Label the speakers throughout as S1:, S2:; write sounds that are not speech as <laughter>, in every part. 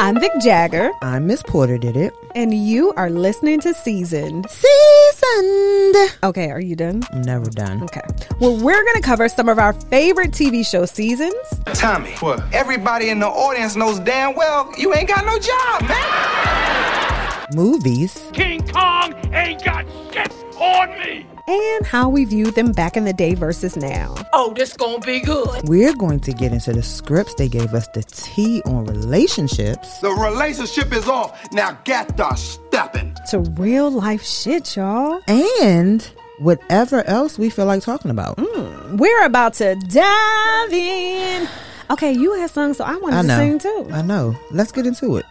S1: I'm Vic Jagger,
S2: I'm Miss Porter. Did it
S1: and you are listening to Seasoned.
S2: seasoned?
S1: Okay, are you done?
S2: I'm never done.
S1: Okay. Well, we're going to cover some of our favorite TV show seasons.
S3: Tommy, what? Everybody in the audience knows damn well you ain't got no job, man.
S2: Movies.
S4: King Kong ain't got shit on me.
S1: And how we viewed them back in the day versus now.
S5: Oh, this gonna be good.
S2: We're going to get into the scripts they gave us the tea on relationships.
S3: The relationship is off. Now get the stepping.
S1: To real life shit, y'all.
S2: and whatever else we feel like talking about.
S1: Mm, We're about to dive in. Okay, you had sung, so I wanted
S2: I
S1: to
S2: know.
S1: sing too.
S2: I know. Let's get into it.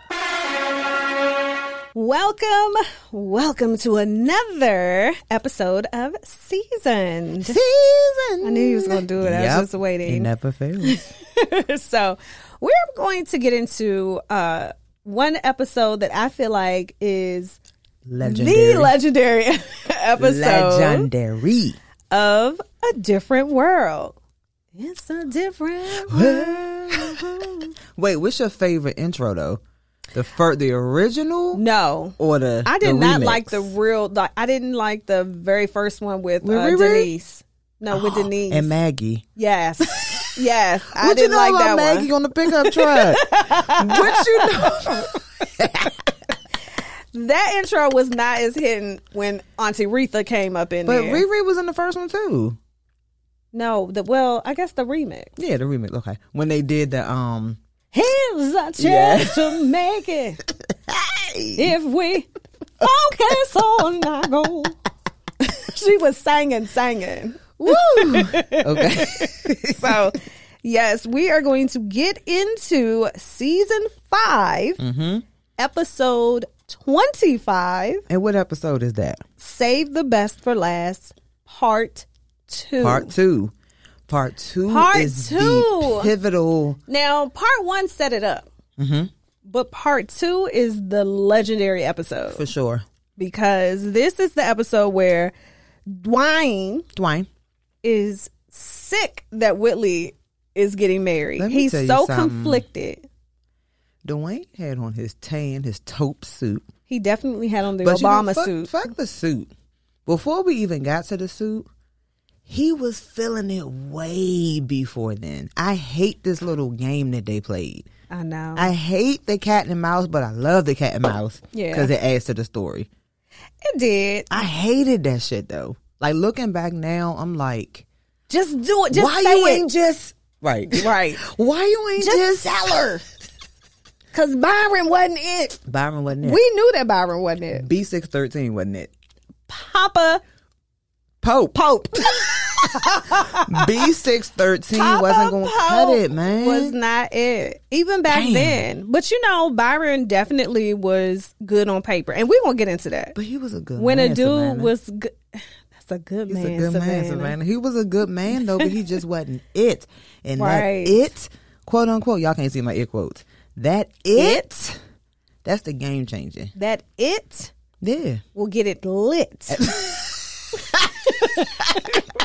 S1: Welcome, welcome to another episode of Seasoned.
S2: Season.
S1: I knew you was gonna do it. I was
S2: Yep.
S1: just waiting.
S2: It
S1: <laughs>
S2: never fails.
S1: so we're going to get into uh, one episode that I feel like is
S2: Legendary.
S1: the legendary <laughs> episode <laughs>
S2: Legendary.
S1: of A Different World. It's a different world.
S2: Wait, what's your favorite intro though? The fir- the original
S1: no.
S2: or the
S1: I did
S2: the
S1: not
S2: remix?
S1: like the real. Like, I didn't like the very first one with
S2: With
S1: uh,
S2: Riri?
S1: Denise. No, with Denise.
S2: Oh, and Maggie. <laughs>
S1: yes, yes. I
S2: what
S1: didn't
S2: you know
S1: like
S2: about
S1: that
S2: Maggie
S1: one.
S2: on the pickup truck? <laughs> what you know?
S1: That intro was not as hidden when Auntie Retha came up in
S2: But
S1: there.
S2: Riri was in the first one too.
S1: no, the well, I guess the remix.
S2: Yeah, the remix. Okay, when they did the um,
S1: Here's a chance
S2: Yeah.
S1: to make it if we focus on our goal. <laughs> she was singing, singing. <laughs>
S2: okay,
S1: So, yes, we are going to get into season 5 episode 25
S2: and what episode is that?
S1: Save the Best for Last, part two.
S2: Part two. Part two
S1: Part
S2: is
S1: two.
S2: the pivotal.
S1: Now, part one set it up, but part two is the legendary episode.
S2: For sure.
S1: because this is the episode where Dwayne
S2: Dwayne.
S1: is sick that Whitley is getting married.
S2: Let me
S1: He's
S2: tell you
S1: so
S2: something.
S1: conflicted.
S2: Dwayne had on his tan, his taupe suit.
S1: He definitely had on the
S2: But you know,
S1: Obama
S2: fuck-
S1: suit.
S2: Fuck the suit. Before we even got to the suit, he was feeling it way before then. I hate this little game that they played.
S1: I know.
S2: I hate the cat and mouse, but I love the cat and mouse.
S1: Yeah.
S2: Because it adds to the story.
S1: it did.
S2: I hated that shit though. Like looking back now, I'm like,
S1: Just do it. Just
S2: why
S1: say
S2: you
S1: it.
S2: ain't just right?
S1: <laughs> right.
S2: Why you ain't
S1: Just
S2: just,
S1: tell her. Cause Byron wasn't it.
S2: Byron wasn't
S1: We knew that Byron wasn't it.
S2: B six thirteen wasn't it?
S1: Papa
S2: Pope
S1: Pope
S2: <laughs>
S1: <laughs>
S2: B six thirteen
S1: Papa
S2: wasn't going to cut
S1: Pope
S2: it, man.
S1: Was not it. Even back
S2: Damn.
S1: then. But you know, Byron definitely was good on paper. And we're gonna get into that.
S2: but he was a good
S1: when
S2: man,
S1: a dude
S2: Savannah.
S1: was good that's a good
S2: He's
S1: man,
S2: a good man,
S1: Savannah.
S2: Savannah. He was a good man though, but he just wasn't <laughs> it. And
S1: Right.
S2: that it, quote unquote, y'all can't see my it quotes. That it, that's the game changing.
S1: That it
S2: Yeah,
S1: will get it
S2: <laughs>
S1: lit.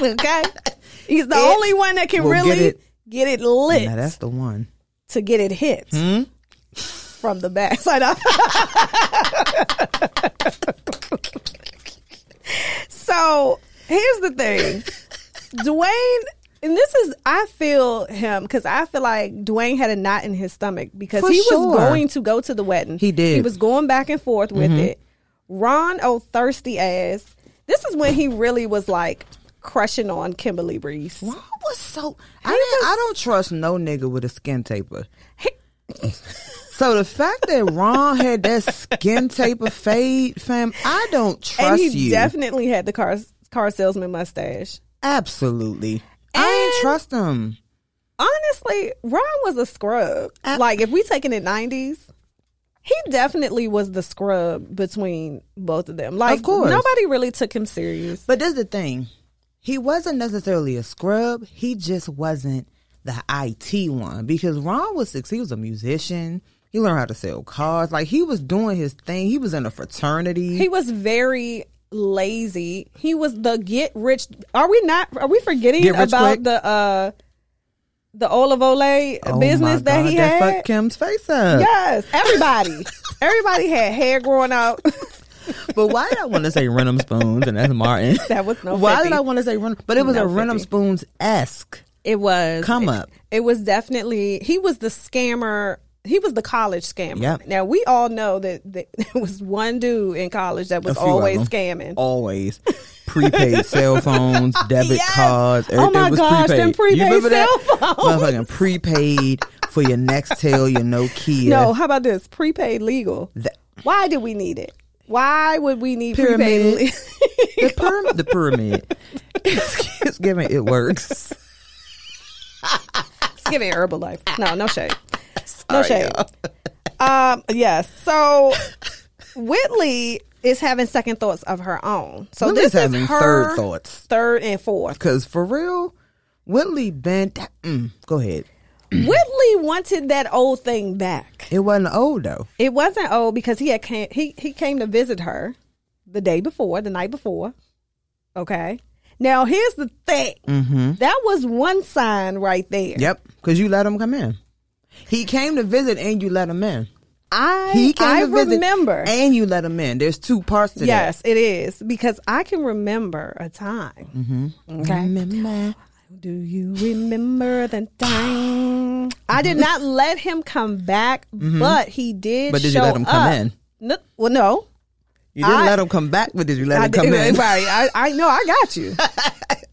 S1: okay? He's the
S2: It
S1: only one that can
S2: will
S1: really
S2: get
S1: get it,
S2: it-
S1: lit
S2: now that's the one.
S1: to get it hit
S2: Hmm?
S1: from the back <laughs> side up. so here's the thing Dwayne, and this is, I feel him because I feel like Dwayne had a knot in his stomach because
S2: For
S1: he
S2: sure.
S1: was going to go to the wedding.
S2: He did. Mm-hmm.
S1: He was going back and forth with it. Ron, oh, thirsty ass. This is when he really was like crushing on Kimberly Reese.
S2: Ron was so. I didn't, I don't trust no nigga with a skin taper. <laughs> so the fact that Ron had that skin taper fade, fam, I don't
S1: and
S2: trust
S1: he
S2: you.
S1: definitely had the car car salesman mustache.
S2: Absolutely, I
S1: And-
S2: ain't trust him.
S1: Honestly, Ron was a scrub. like if we taking it nineties, he definitely was the scrub between both of them. Like
S2: course.
S1: nobody really took him serious.
S2: But that's the thing. He wasn't necessarily a scrub. He just wasn't the IT one because Ron was six. He was a musician. He learned how to sell cars. Like he was doing his thing. He was in a fraternity.
S1: He was very lazy. He was the get rich. Are we not? Are we forgetting
S2: Get rich
S1: about
S2: quick?
S1: the uh the olive Olay
S2: Oh my
S1: business that
S2: God,
S1: he
S2: that
S1: had.
S2: fucked Kim's face up.
S1: Yes, everybody, everybody had hair growing out.
S2: <laughs> But why did I want to say Renum Spoons and that's Martin?
S1: <laughs> That was no
S2: Why
S1: 50.
S2: did I want to say Renum? But it was
S1: No
S2: a Renum
S1: 50.
S2: Spoons esque.
S1: It was
S2: Come
S1: it-
S2: up.
S1: It was definitely he was the scammer. He was the college scammer.
S2: Yep.
S1: Now we all know that that <laughs> there was one dude in college that was
S2: A few of
S1: always
S2: them. Oh,
S1: scamming. <laughs>
S2: Always prepaid cell phones, debit
S1: Yes.
S2: cards.
S1: Oh my
S2: it was
S1: gosh,
S2: prepaid.
S1: them prepaid
S2: you remember that?
S1: cell phones.
S2: Motherfucking prepaid for your Nextel, your Nokia.
S1: No, how about this prepaid legal?
S2: That-
S1: Why did we need it? Why would we need
S2: Pyramid.
S1: prepaid? le- <laughs>
S2: the, pyram- the pyramid. it's giving it works.
S1: Just give me Herbalife. No, no shade. No shade. Um, yes. So Whitley is having second thoughts of her own. So
S2: Whitley's
S1: this is
S2: having
S1: her
S2: third thoughts.
S1: third and fourth.
S2: Because for real, Whitley bent. Mm, go ahead.
S1: Whitley wanted that old thing back.
S2: It wasn't old though.
S1: It wasn't old because he had came, he he came to visit her the day before, the night before. Okay. Now here's the thing.
S2: Mm-hmm.
S1: That was one sign right there.
S2: Yep. Because you let him come in. He came to visit and you let him in.
S1: I
S2: He came
S1: I
S2: to visit
S1: remember.
S2: and you let him in. There's two parts to
S1: Yes, it is because I can remember a time.
S2: that. Remember.
S1: Do you remember the time? I did not let him come back, but he did.
S2: Mm-hmm. But did you
S1: show
S2: let him come
S1: up.
S2: in?
S1: No, well, no,
S2: You didn't
S1: I-
S2: let him come back, but did you let
S1: I
S2: him come
S1: did,
S2: in?
S1: Right, I, I know I got
S2: <laughs>
S1: you,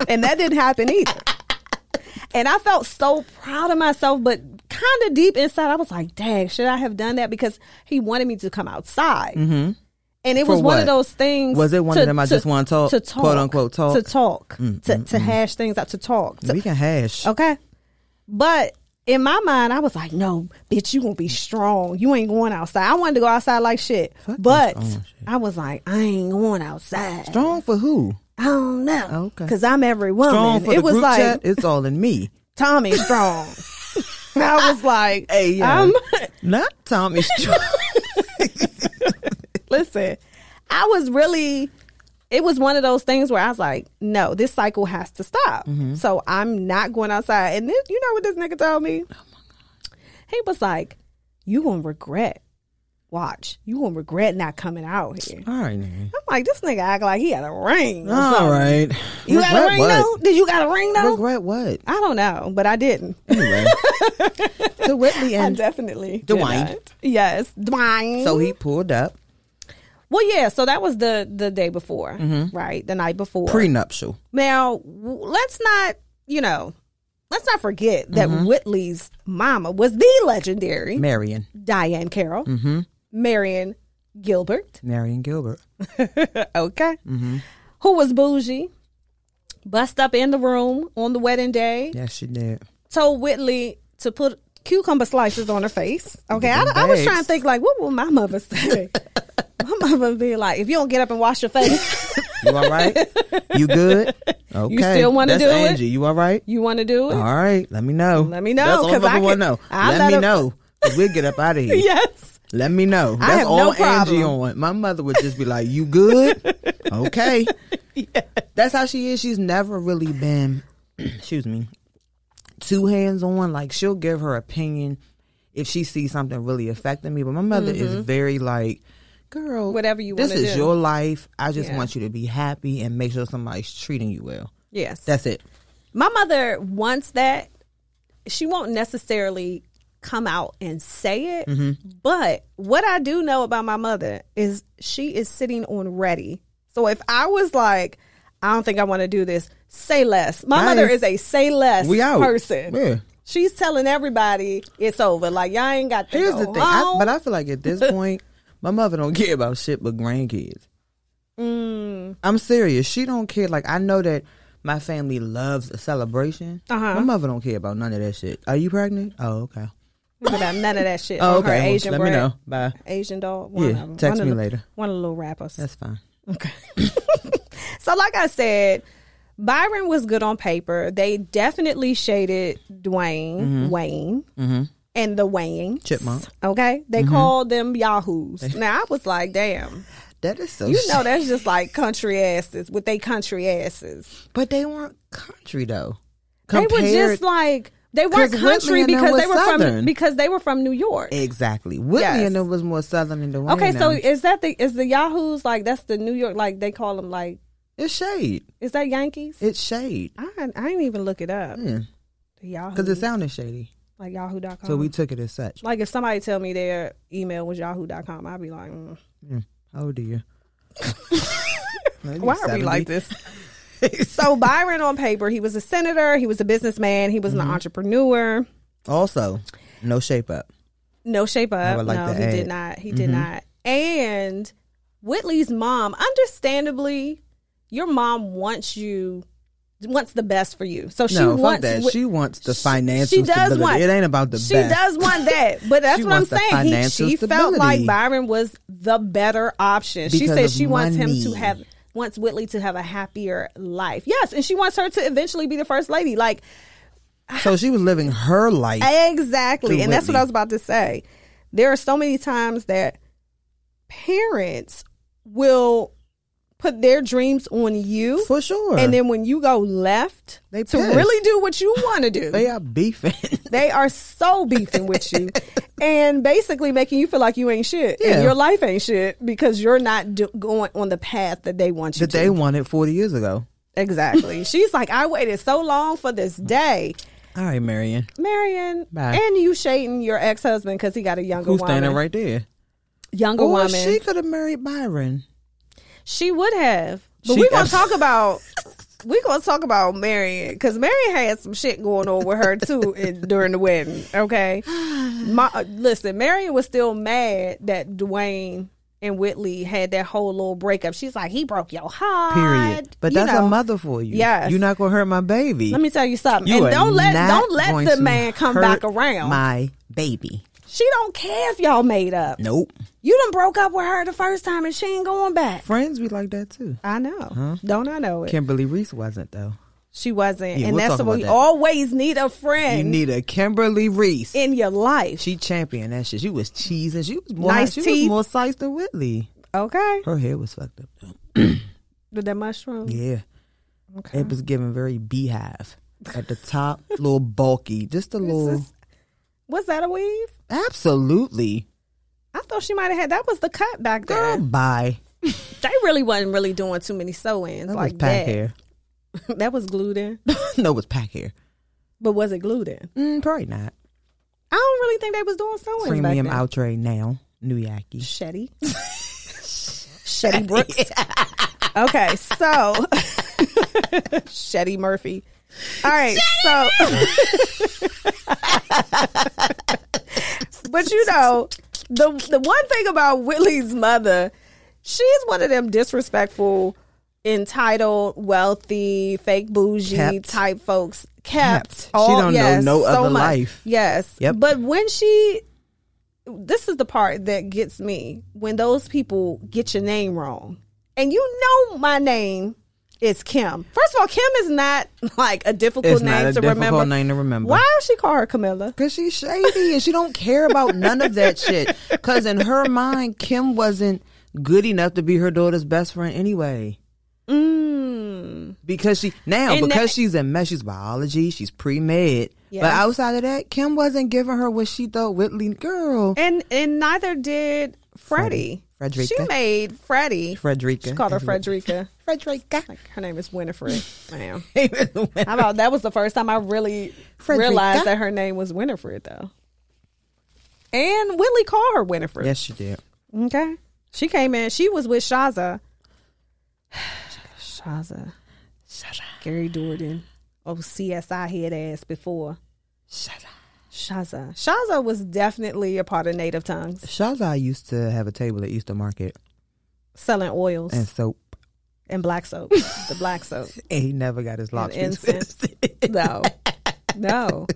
S1: and that didn't happen either. And I felt so proud of myself, but kind of deep inside, I was like, "Dang, should I have done that?" Because he wanted me to come outside, and it
S2: Mm-hmm. For
S1: was one
S2: what?
S1: of those things.
S2: Was it one of them, I just wanna talk,
S1: to talk,
S2: quote unquote, talk? Mm,
S1: to talk, to, to hash things out, to talk, to
S2: <laughs> We can hash.
S1: Okay. But in my mind, I was like, no, bitch, you gonna be strong. You ain't going outside. I wanted to go outside like shit. but
S2: strong shit.
S1: I was like, I ain't going outside.
S2: Strong for who?
S1: I don't know.
S2: Oh, Okay.
S1: Cause I'm every woman.
S2: Strong for
S1: it
S2: the
S1: was
S2: group
S1: like
S2: chat. It's all in me.
S1: Tommy Strong. I was like,
S2: <laughs> Hey, yeah. <laughs>
S1: I'm-
S2: Not Tommy <laughs> Strong.
S1: listen, I was really it was one of those things where I was like, no, this cycle has to stop.
S2: Mm-hmm.
S1: So I'm not going outside. And this, you know what this nigga told me?
S2: Oh,
S1: He was like, you going to regret. Watch. You going to regret not coming out here.
S2: all right, man.
S1: I'm like, this nigga act like he had a ring. or
S2: All
S1: something.
S2: right.
S1: You got a
S2: Regret
S1: ring
S2: what?
S1: though? Did you got a ring though?
S2: Regret what?
S1: I don't know, but I didn't. <laughs>
S2: Anyway. so Whitley
S1: I
S2: and
S1: definitely. did
S2: Dwayne.
S1: not. Yes. Dwayne.
S2: so he pulled up
S1: Well, yeah, so that was the the day before,
S2: Mm-hmm.
S1: right? The night before.
S2: prenuptial.
S1: Now, w- let's not, you know, let's not forget that
S2: Mm-hmm.
S1: Whitley's mama was the legendary
S2: Marion.
S1: Diane Carroll,
S2: Mm-hmm.
S1: Marion Gilbert,
S2: Marion Gilbert.
S1: okay,
S2: Mm-hmm.
S1: who was bougie, bust up in the room on the wedding day,
S2: Yes, she did.
S1: told Whitley to put cucumber slices on her face. Okay, I, I was
S2: Bags.
S1: trying to think, like, what would my mother
S2: <laughs>
S1: say? my mother would be like, if you don't get up and wash your face, <laughs>
S2: You all <laughs> right? you good? Okay.
S1: still wanna
S2: That's
S1: do it?
S2: Angie. You all right?
S1: you want to do it?
S2: All right. Let me know.
S1: Let me know,
S2: That's all
S1: 'cause I
S2: I
S1: can-
S2: want to know.
S1: I'm
S2: let
S1: not
S2: me
S1: a-
S2: know. 'cause We'll get up out of here.
S1: Yes.
S2: Let me know. That's
S1: have no
S2: all
S1: problem.
S2: Angie on. My mother would just be like, "You good?
S1: <laughs>
S2: okay." That's how she is. She's never really been, <clears throat> excuse me, too hands on. Like she'll give her opinion if she sees something really affecting me. But my mother is very like, "Girl,
S1: Mm-hmm. Whatever you
S2: This
S1: wanna
S2: is
S1: do."
S2: your life. I just
S1: Yeah.
S2: want you to be happy and make sure somebody's treating you well.
S1: Yes.
S2: That's it.
S1: my mother wants that she won't necessarily come out and say it
S2: Mm-hmm.
S1: but what i do know about my mother is she is sitting on ready so if i was like i don't think i want to do this say less my
S2: Nice.
S1: mother is a say less
S2: We out.
S1: person
S2: Yeah.
S1: she's telling everybody it's over like y'all ain't got to
S2: Here's
S1: go
S2: the thing, I,
S1: home.
S2: but I feel like
S1: <laughs>
S2: at this point, my mother don't care about shit but grandkids.
S1: Mm.
S2: I'm serious. She don't care. Like I know that my family loves a celebration.
S1: Uh-huh.
S2: My mother don't care about none of that shit. Are you pregnant? Oh okay.
S1: But I- none of that shit
S2: Oh
S1: on
S2: okay.
S1: her
S2: Well,
S1: asian
S2: let
S1: bread.
S2: me know. Bye.
S1: asian dog one
S2: Yeah,
S1: of 'em.
S2: text
S1: One of
S2: me
S1: the-
S2: later.
S1: one of the little rappers
S2: That's fine.
S1: Okay. <laughs> so, like I said, Byron was good on paper. They definitely shaded Dwayne, Wayne, and the Wayne
S2: Mm-hmm. Chipmunk. Mm-hmm.
S1: Okay, they called them Yahoos. Now I was like, damn,
S2: That is so.
S1: you know
S2: shit.
S1: that's just like country asses with they country asses.
S2: But they weren't country though.
S1: they were
S2: Compared-
S1: just like They weren't
S2: 'Cause Whitney
S1: country
S2: and them
S1: because
S2: was
S1: they were
S2: Southern.
S1: from because they were from New York.
S2: Exactly. Whitney
S1: Yes.
S2: and them was more southern than the one.
S1: Okay,
S2: and
S1: so
S2: them.
S1: is that the is the Yahoos like that's the New York like they call them like
S2: it's shade.
S1: is that Yankees?
S2: It's shade.
S1: I I didn't even look it up.
S2: Yeah.
S1: The Yahoo
S2: Because it sounded shady.
S1: like Yahoo.com.
S2: So we took it as such.
S1: like if somebody tell me their email was Yahoo.com, I'd be like, mm,
S2: Oh dear. Maybe
S1: why are we
S2: 70.
S1: like
S2: <laughs>
S1: this? so Byron on paper, he was a senator, he was a businessman, he was
S2: Mm-hmm.
S1: an entrepreneur.
S2: Also, no shape up.
S1: No shape
S2: I
S1: up.
S2: would like Mm-hmm.
S1: no,
S2: to
S1: he
S2: add.
S1: did not. He did not. And Whitley's mom, understandably, your mom wants you wants the best for you. So she
S2: no, fuck
S1: wants
S2: that.
S1: Whit-
S2: she wants the financial stability. it ain't about the
S1: she
S2: best.
S1: does want that, but that's
S2: <laughs> She
S1: what I'm
S2: wants the
S1: saying. He,
S2: financial
S1: she felt
S2: stability.
S1: like Byron was the better option. she
S2: Because
S1: said
S2: of
S1: she wants him to
S2: money.
S1: have wants Whitley to have a happier life. Yes, and she wants her to eventually be the first lady. Like
S2: So she was living her life.
S1: Exactly.
S2: through
S1: And that's what
S2: Whitley.
S1: I was about to say. There are so many times that parents will put their dreams on you.
S2: For sure.
S1: And then when you go left
S2: They
S1: to
S2: pissed.
S1: really do what you want to do,
S2: <laughs> they
S1: <laughs>
S2: are beefing.
S1: they are so beefing with
S2: <laughs>
S1: you and basically making you feel like you ain't shit
S2: Yeah.
S1: and your life ain't shit because you're not do- going on the path that they want you
S2: that
S1: to.
S2: they wanted 40 years ago.
S1: <laughs> exactly. She's like, I waited so long for this day.
S2: All right, Marion.
S1: Marion,
S2: Bye.
S1: and you shading your ex husband because he got a younger
S2: Who's
S1: woman.
S2: standing right there?
S1: Younger
S2: Or
S1: woman.
S2: she
S1: She,
S2: could have married Byron.
S1: would have. But
S2: She-
S1: we're gonna talk
S2: <laughs>
S1: about we gonna talk about Marion because Marion had some shit going on with her
S2: <laughs>
S1: too in, during the wedding.
S2: <sighs>
S1: Okay, My, uh, listen, Marion was still mad that Dwayne and Whitley had that whole little breakup. She's like, he broke your heart.
S2: Period. But
S1: you
S2: that's
S1: know.
S2: a mother for you.
S1: Yes.
S2: You're not going to hurt my baby.
S1: Let me tell you something.
S2: You
S1: and
S2: are
S1: don't let
S2: not
S1: don't
S2: going
S1: let the
S2: to
S1: man come
S2: hurt
S1: back around.
S2: My baby.
S1: she don't care if y'all made up.
S2: Nope.
S1: You done broke up with her the first time and she ain't going back.
S2: Friends be like that too.
S1: I know. Don't I know it?
S2: Kimberly Reese wasn't though.
S1: she wasn't.
S2: Yeah,
S1: and
S2: we'll
S1: that's
S2: talk
S1: what
S2: about
S1: we
S2: that.
S1: always need a
S2: You
S1: friend
S2: need a Kimberly Reese.
S1: in your life.
S2: she championed that shit. She was cheesing. She was more
S1: Nice
S2: she
S1: teeth.
S2: was more size than Whitley.
S1: okay.
S2: Her hair was fucked up
S1: Mm-hmm.
S2: though.
S1: With that mushroom.
S2: Yeah. It was giving
S1: <laughs>
S2: very beehive. At the top, little bulky. Just a little
S1: is- Was that a weave?
S2: Absolutely.
S1: I thought she might have had that was the cut back
S2: Girl
S1: there.
S2: bye.
S1: They really wasn't really doing too many sew ins
S2: That was
S1: like
S2: pack
S1: that.
S2: hair.
S1: <laughs>
S2: <laughs>
S1: that was glued in.
S2: no, it was pack hair.
S1: But was it glued in?
S2: Mm, probably not.
S1: I don't really think they was doing sew ins. back
S2: Premium
S1: then.
S2: outre now. New Yaki. <laughs>
S1: Shetty. Shetty Brooks. Okay,
S2: <laughs>
S1: so Shetty Murphy. All right, so But you know, the the one thing about Whitley's mother, she's one of them disrespectful, entitled, wealthy, fake bougie
S2: Kept.
S1: type folks. Kept. Oh,
S2: Kept. She don't know no other life.
S1: Yes.
S2: Yep.
S1: But when she this is the part that gets me when those people get your name wrong. And you know my name is Kim. First of all, Kim is not like a difficult
S2: It's
S1: name
S2: not a
S1: to
S2: difficult
S1: remember.
S2: name to remember.
S1: Why does she call her Camilla?
S2: Cause she's shady and she don't care about none of that shit. Cause in her mind, Kim wasn't good enough to be her daughter's best friend anyway. Mm. Because she now
S1: And
S2: because
S1: that-
S2: she's in med, she's biology, she's pre med. But
S1: Yes.
S2: outside of that, Kim wasn't giving her what she thought Whitley girl
S1: And and neither did Freddie.
S2: Frederica.
S1: She made Freddie.
S2: Frederica.
S1: She called her Frederica.
S2: Frederica. <laughs>
S1: Like, her name is Winifred. Ma'am. How about that was the first time I really
S2: Frederica.
S1: realized that her name was Winifred though. And Whitley called her Winifred.
S2: yes, she did.
S1: Okay. She came in. She was with Shaza. <sighs> Shaza. Gary Jordan. Oh, CSI head ass before. Shaza. Shaza was definitely a part of Native Tongues,
S2: Shaza used to have a table at Easter Market
S1: selling oils
S2: and
S1: and,
S2: soap.
S1: black soap. the black soap.
S2: And he never got his locks
S1: And
S2: fixed. <laughs>
S1: No. No.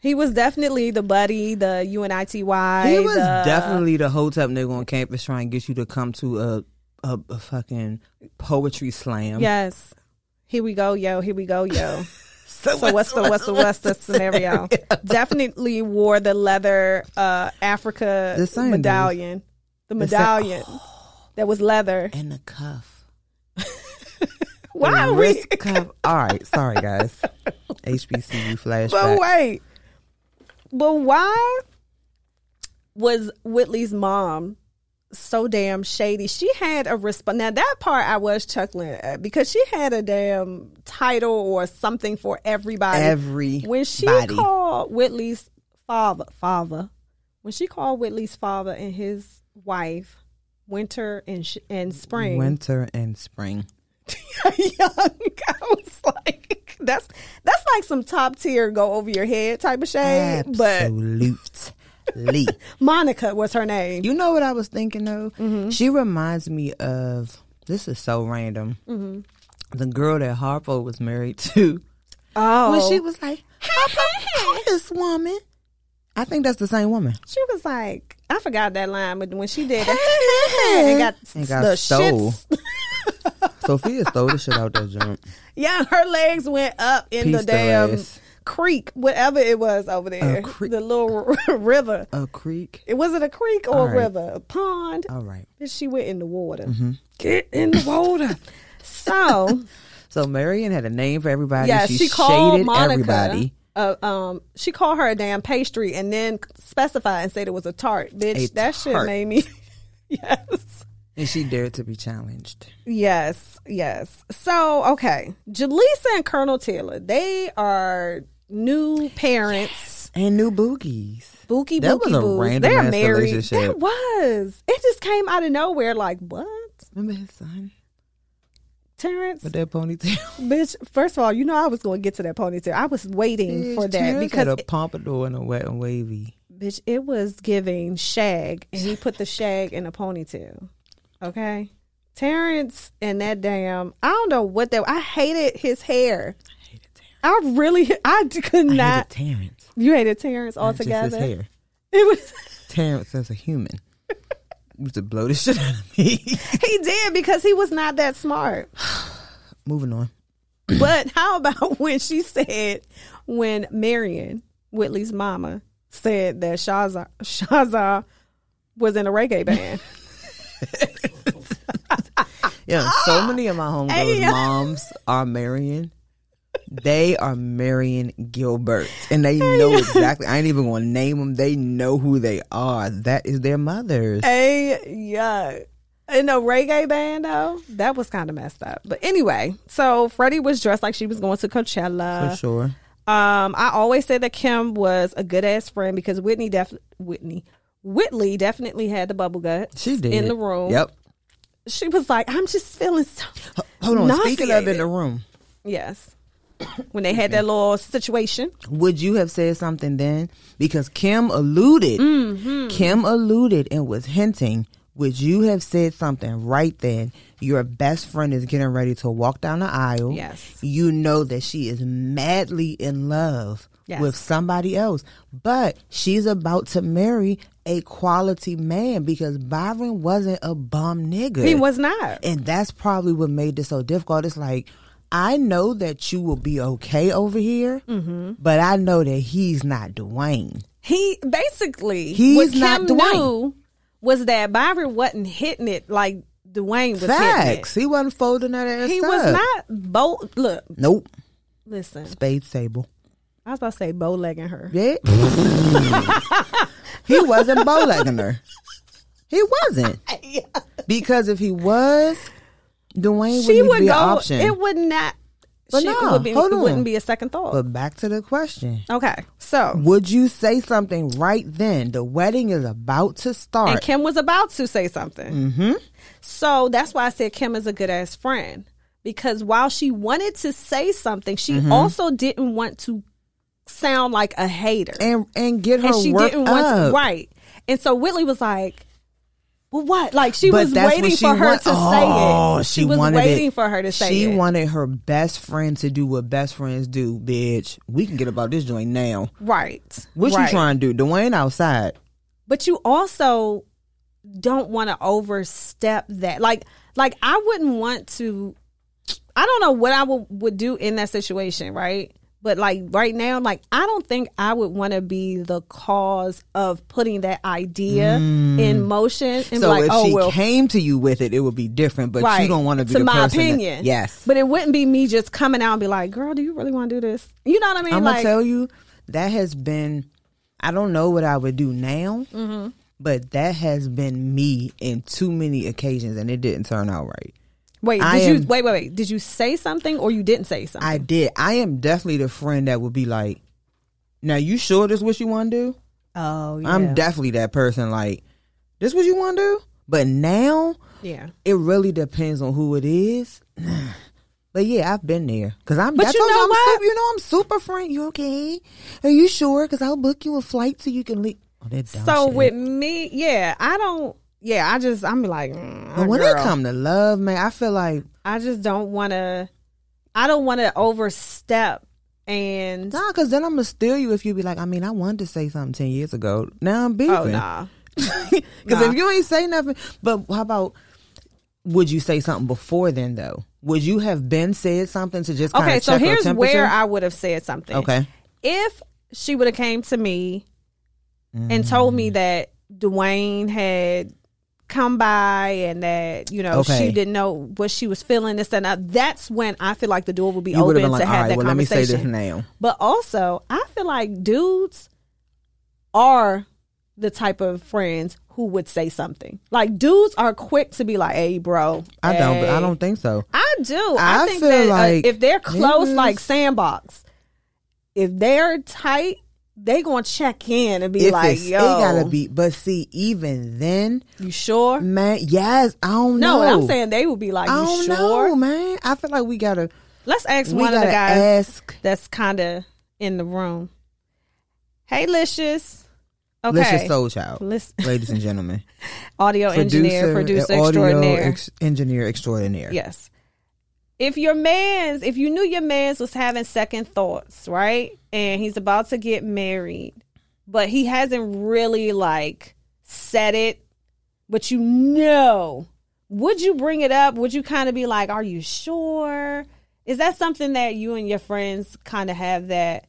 S1: He was definitely the buddy, the UNITY.
S2: He was
S1: the-
S2: definitely the hotep nigga on campus trying to get you to come to a a, a fucking poetry slam.
S1: Yes. Here we go, yo. Here we go, yo.
S2: So,
S1: So what's
S2: <laughs>
S1: the what's the what's the scenario? Definitely wore the leather uh Africa
S2: The sandals.
S1: medallion. The
S2: The sa-
S1: medallion that was leather.
S2: And the cuff.
S1: Why
S2: The
S1: are we <laughs>
S2: wrist cuff. All right, sorry guys. HBCU flashback.
S1: But wait. But why was Whitley's mom so damn shady? She had a response. Now that part I was chuckling at because she had a damn title or something for everybody.
S2: Everybody.
S1: when she called Whitley's father, father, when she called Whitley's father and his wife, winter and sh- and spring,
S2: Winter and spring.
S1: <laughs> young. I was like, that's that's like some top tier go over your head type of shade. But <laughs>
S2: Absolutely.
S1: Monica was her name.
S2: you know what I was thinking of?
S1: Mm-hmm.
S2: She reminds me of this is so random.
S1: Mm-hmm.
S2: The girl that Harpo was married to.
S1: Oh,
S2: When she was like, <laughs> Harpo, who this woman. I think that's the
S1: <laughs>
S2: same woman.
S1: she was like, I forgot that line, but when she did, that, <laughs>
S2: <laughs> and
S1: it got,
S2: It got
S1: the
S2: stole.
S1: shits.
S2: Sophia stole the shit out that junk.
S1: <laughs> Yeah, her legs went up in the
S2: Pieced her
S1: damn
S2: ass.
S1: creek, whatever it was over there,
S2: creek.
S1: the little <laughs> river.
S2: A creek.
S1: It was it a creek or
S2: All
S1: a
S2: right.
S1: river, a pond.
S2: All Mm-hmm. right.
S1: And she went in the water. Get in the
S2: <laughs>
S1: water. so
S2: So Marion had a name for everybody.
S1: yeah,
S2: she,
S1: she, called
S2: shaded
S1: Monica.
S2: everybody.
S1: Uh, um, she called her a damn pastry and then specified and said it was a tart, bitch.
S2: A
S1: that shit
S2: tart.
S1: made me. <laughs> yes,
S2: And she dared to be challenged.
S1: yes, yes. So okay, Jaleesa and Colonel Taylor, they are new parents.
S2: And new boogies.
S1: Bookie,
S2: That
S1: bookie,
S2: was a
S1: boos.
S2: random
S1: They're
S2: ass
S1: married.
S2: relationship.
S1: That was. It just came out of nowhere. Like what,
S2: Remember his son
S1: Terrence?
S2: with that ponytail?
S1: Bitch, first of all, you know I was going to get to that ponytail. I was waiting <laughs> for that
S2: Terrence had
S1: because,
S2: a
S1: it-
S2: pompadour and a wet and wavy.
S1: bitch, it was giving shag, and he
S2: <laughs>
S1: put the shag in a ponytail. Okay, Terrence and that damn, I don't know what that. I hated his hair. I really, I d- could
S2: I
S1: not.
S2: hated Terrence.
S1: you hated Terrence
S2: Not just
S1: altogether.
S2: his hair.
S1: <laughs> It was
S2: Terrence as a human <laughs> used to blow the shit out of
S1: <laughs>
S2: me.
S1: he did because he was not that
S2: <clears throat>
S1: smart.
S2: Moving on.
S1: But how about <laughs> when she said, when Marion, Whitley's mama, said that Shazar, Shazar was in a reggae band? <laughs>
S2: Yeah, so many of my homegirls'
S1: Hey, uh.
S2: moms are marrying. They are marrying Gilbert, and they know exactly. I ain't even gonna name them. They know who they are. That is their mothers.
S1: hey, yeah. In a reggae band, though? That was kind of messed up. But anyway, so Freddie was dressed like she was going to Coachella.
S2: for sure.
S1: Um, I always said that Kim was a good ass friend because Whitney def Whitney Whitley definitely had the bubble gut.
S2: She did
S1: in the room.
S2: Yep.
S1: She was like, "I'm just feeling so."
S2: Hold on. Speaking of in
S1: Nauseated.
S2: the room,
S1: Yes. When they had that little situation.
S2: would you have said something then? Because Kim alluded.
S1: Mm-hmm.
S2: Kim alluded and was hinting. Would you have said something right then? Your best friend is getting ready to walk down the aisle.
S1: Yes.
S2: You know that she is madly in love
S1: Yes.
S2: with somebody else, but she's about to marry a quality man because Byron wasn't a bum nigga.
S1: He was not.
S2: And that's probably what made this so difficult. It's like, I know that you will be okay over here,
S1: Mm-hmm.
S2: but I know that he's not Dwayne.
S1: He basically
S2: He's
S1: what Kim
S2: not Dwayne.
S1: knew was that Byron wasn't hitting it like Dwayne was
S2: Facts. He wasn't folding that ass
S1: hitting it. He
S2: up.
S1: was not bow look,
S2: Nope.
S1: listen.
S2: Spade table.
S1: I was about to say bow legging her. <laughs>
S2: Yeah. he wasn't bowlegging her. He
S1: <laughs>
S2: wasn't. Because if he was, Dwayne
S1: She
S2: would,
S1: would
S2: be
S1: go
S2: an option.
S1: it would not
S2: But
S1: she it
S2: no,
S1: would be,
S2: hold
S1: it wouldn't
S2: on.
S1: be a second thought.
S2: but back to the question.
S1: okay. So
S2: Would you say something right then? The wedding is about to start.
S1: and Kim was about to say something. Mm-hmm. So that's why I said Kim is a good ass friend because while she wanted to say something, she
S2: Mm-hmm.
S1: also didn't want to sound like a hater,
S2: and and get her
S1: And she
S2: work
S1: didn't
S2: up.
S1: want to, right. And so Whitley was like, "Well, what?" Like she
S2: But
S1: was
S2: that's what
S1: waiting
S2: she
S1: for her
S2: want-
S1: to
S2: oh,
S1: say it.
S2: She,
S1: was
S2: wanted it.
S1: waiting for her to say
S2: She
S1: it.
S2: wanted her best friend to do what best friends do, bitch. We can get about this joint now.
S1: right.
S2: What
S1: right.
S2: you trying to do? Dwayne outside.
S1: but you also don't want to overstep that like like i wouldn't want to i don't know what i would, would do in that situation right but like right now like i don't think i would want to be the cause of putting that idea in motion and
S2: Mm. so
S1: be like
S2: if
S1: oh
S2: she
S1: well
S2: came to you with it, it would be different. But
S1: right
S2: you don't want to be
S1: to
S2: the
S1: my
S2: person that-
S1: opinion
S2: yes,
S1: but it wouldn't be me just coming out and be like girl do you really want to do this you know what i mean
S2: I'm
S1: like
S2: gonna tell you that has been. I don't know what I would do now,
S1: Mm-hmm.
S2: but that has been me in too many occasions, and it didn't turn out right.
S1: Wait, did
S2: I
S1: you
S2: am-
S1: wait, wait, wait. Did you say something or you didn't say something?
S2: I did. I am definitely the friend that would be like, "Now you sure this what you want to do?"
S1: oh, yeah.
S2: I'm definitely that person. Like, this what you want to do? But now
S1: yeah.
S2: it really depends on who it is. <sighs> But yeah, I've been there because I'm.
S1: But
S2: that's
S1: you
S2: what
S1: know
S2: I'm
S1: what?
S2: Super, you know I'm super friend. You okay? Are you sure? Because I'll book you a flight so you can leave. Oh, that dumb
S1: So
S2: shit.
S1: with me, yeah, I don't. Yeah, I just I'm like, mm,
S2: But when
S1: girl,
S2: it come to love, man, I feel like
S1: I just don't want to. I don't want to overstep and.
S2: nah, because then I'm gonna steal you if you be like, I mean, I wanted to say something ten years ago. Now I'm beefing.
S1: Oh nah.
S2: <laughs> Because if you ain't say nothing, but how about would you say something before then though? Would you have been said something to just kind
S1: Okay,
S2: of
S1: so
S2: check her
S1: here's
S2: temperature?
S1: where I would have said something.
S2: okay,
S1: if she would have came to me and told
S2: Mm.
S1: me that Dwayne had come by and that you know
S2: Okay.
S1: she didn't know what she was feeling this and that that's when I feel like the door would be
S2: you would
S1: open
S2: have been like,
S1: to
S2: all
S1: have
S2: right,
S1: that
S2: well, let me
S1: conversation.
S2: say this now.
S1: But also, I feel like dudes are the type of friends who would say something. Like dudes are quick to be like, "Hey, bro."
S2: I don't. but I
S1: hey."
S2: don't think so.
S1: I do. I,
S2: I
S1: think
S2: feel
S1: that uh,
S2: like mm-hmm.
S1: if they're close,
S2: niggas-
S1: like sandbox, if they're tight, they gonna check in and be
S2: If
S1: like,
S2: it's,
S1: "Yo,
S2: it gotta be. But see, even then,
S1: you sure?" No,
S2: man, yes, I don't know.
S1: and I'm saying they would be like,
S2: I
S1: "You
S2: don't
S1: sure?"
S2: know, man. I feel like we gotta
S1: Let's ask
S2: Oh, we
S1: one of
S2: gotta
S1: the guys
S2: ask.
S1: that's kind of in the room. Hey, Licious. Okay,
S2: Let's just soul child,
S1: Listen-
S2: ladies and gentlemen.
S1: audio <laughs> engineer, producer
S2: audio
S1: extraordinaire.
S2: ex- engineer
S1: <laughs>
S2: extraordinaire.
S1: Yes. If your man's, if you knew your man's was having second thoughts, right? And he's about to get married, but he hasn't really like said it, but you know, would you bring it up? Would you kind of be like, are you sure? Is that something that you and your friends kind of have that?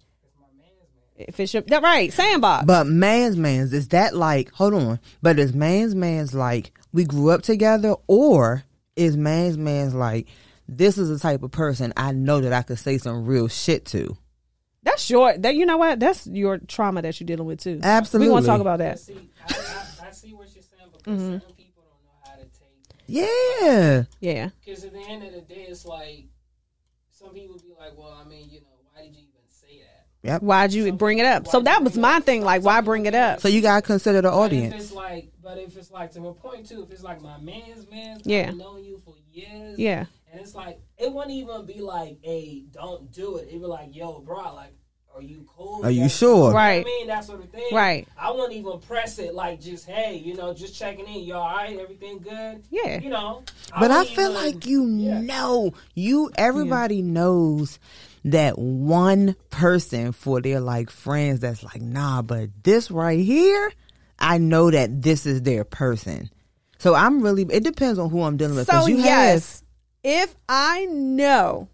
S1: If it's your, that right, sandbox.
S2: But man's man's is that like hold on? But is man's man's like we grew up together, or is man's man's like this is the type of person I know that I could say some real shit to?
S1: that's your, that, you know what? That's your trauma that you're dealing with too.
S2: Absolutely.
S1: We're going to talk about that.
S5: See, I, I, I see what you're saying because
S1: Mm-hmm.
S5: some people don't know how to take.
S2: Yeah,
S1: Yeah.
S5: Because at the end of the day, it's like some people be like, "Well, I mean, you know, why did you even say that?"
S1: Why'd you bring it up? So that was my thing. Like, why bring it up?
S2: so you gotta consider the
S5: But if it's
S2: audience.
S5: like, but if it's like to a point too, if it's like my man's man's,
S1: Yeah.
S5: I've known you for years,
S1: Yeah.
S5: and it's like it wouldn't even be like a don't do it. It'd be like, "Yo, bro, like, are you cool?
S2: Are you
S5: Like,
S2: sure?
S5: know what
S1: Right.
S5: I mean, that sort of thing.
S1: Right.
S5: I wouldn't even press it. Like, just hey, you know, just checking in. You all right? Everything good?
S1: Yeah.
S5: You know.
S2: But I
S5: wouldn't
S2: feel
S5: even-
S2: like you
S5: Yeah.
S2: know, you everybody knows that one person for their like friends that's like, nah, but this right here, I know that this is their person. So I'm really. It depends on who I'm dealing with. 'cause
S1: So
S2: you have-
S1: yes, if I know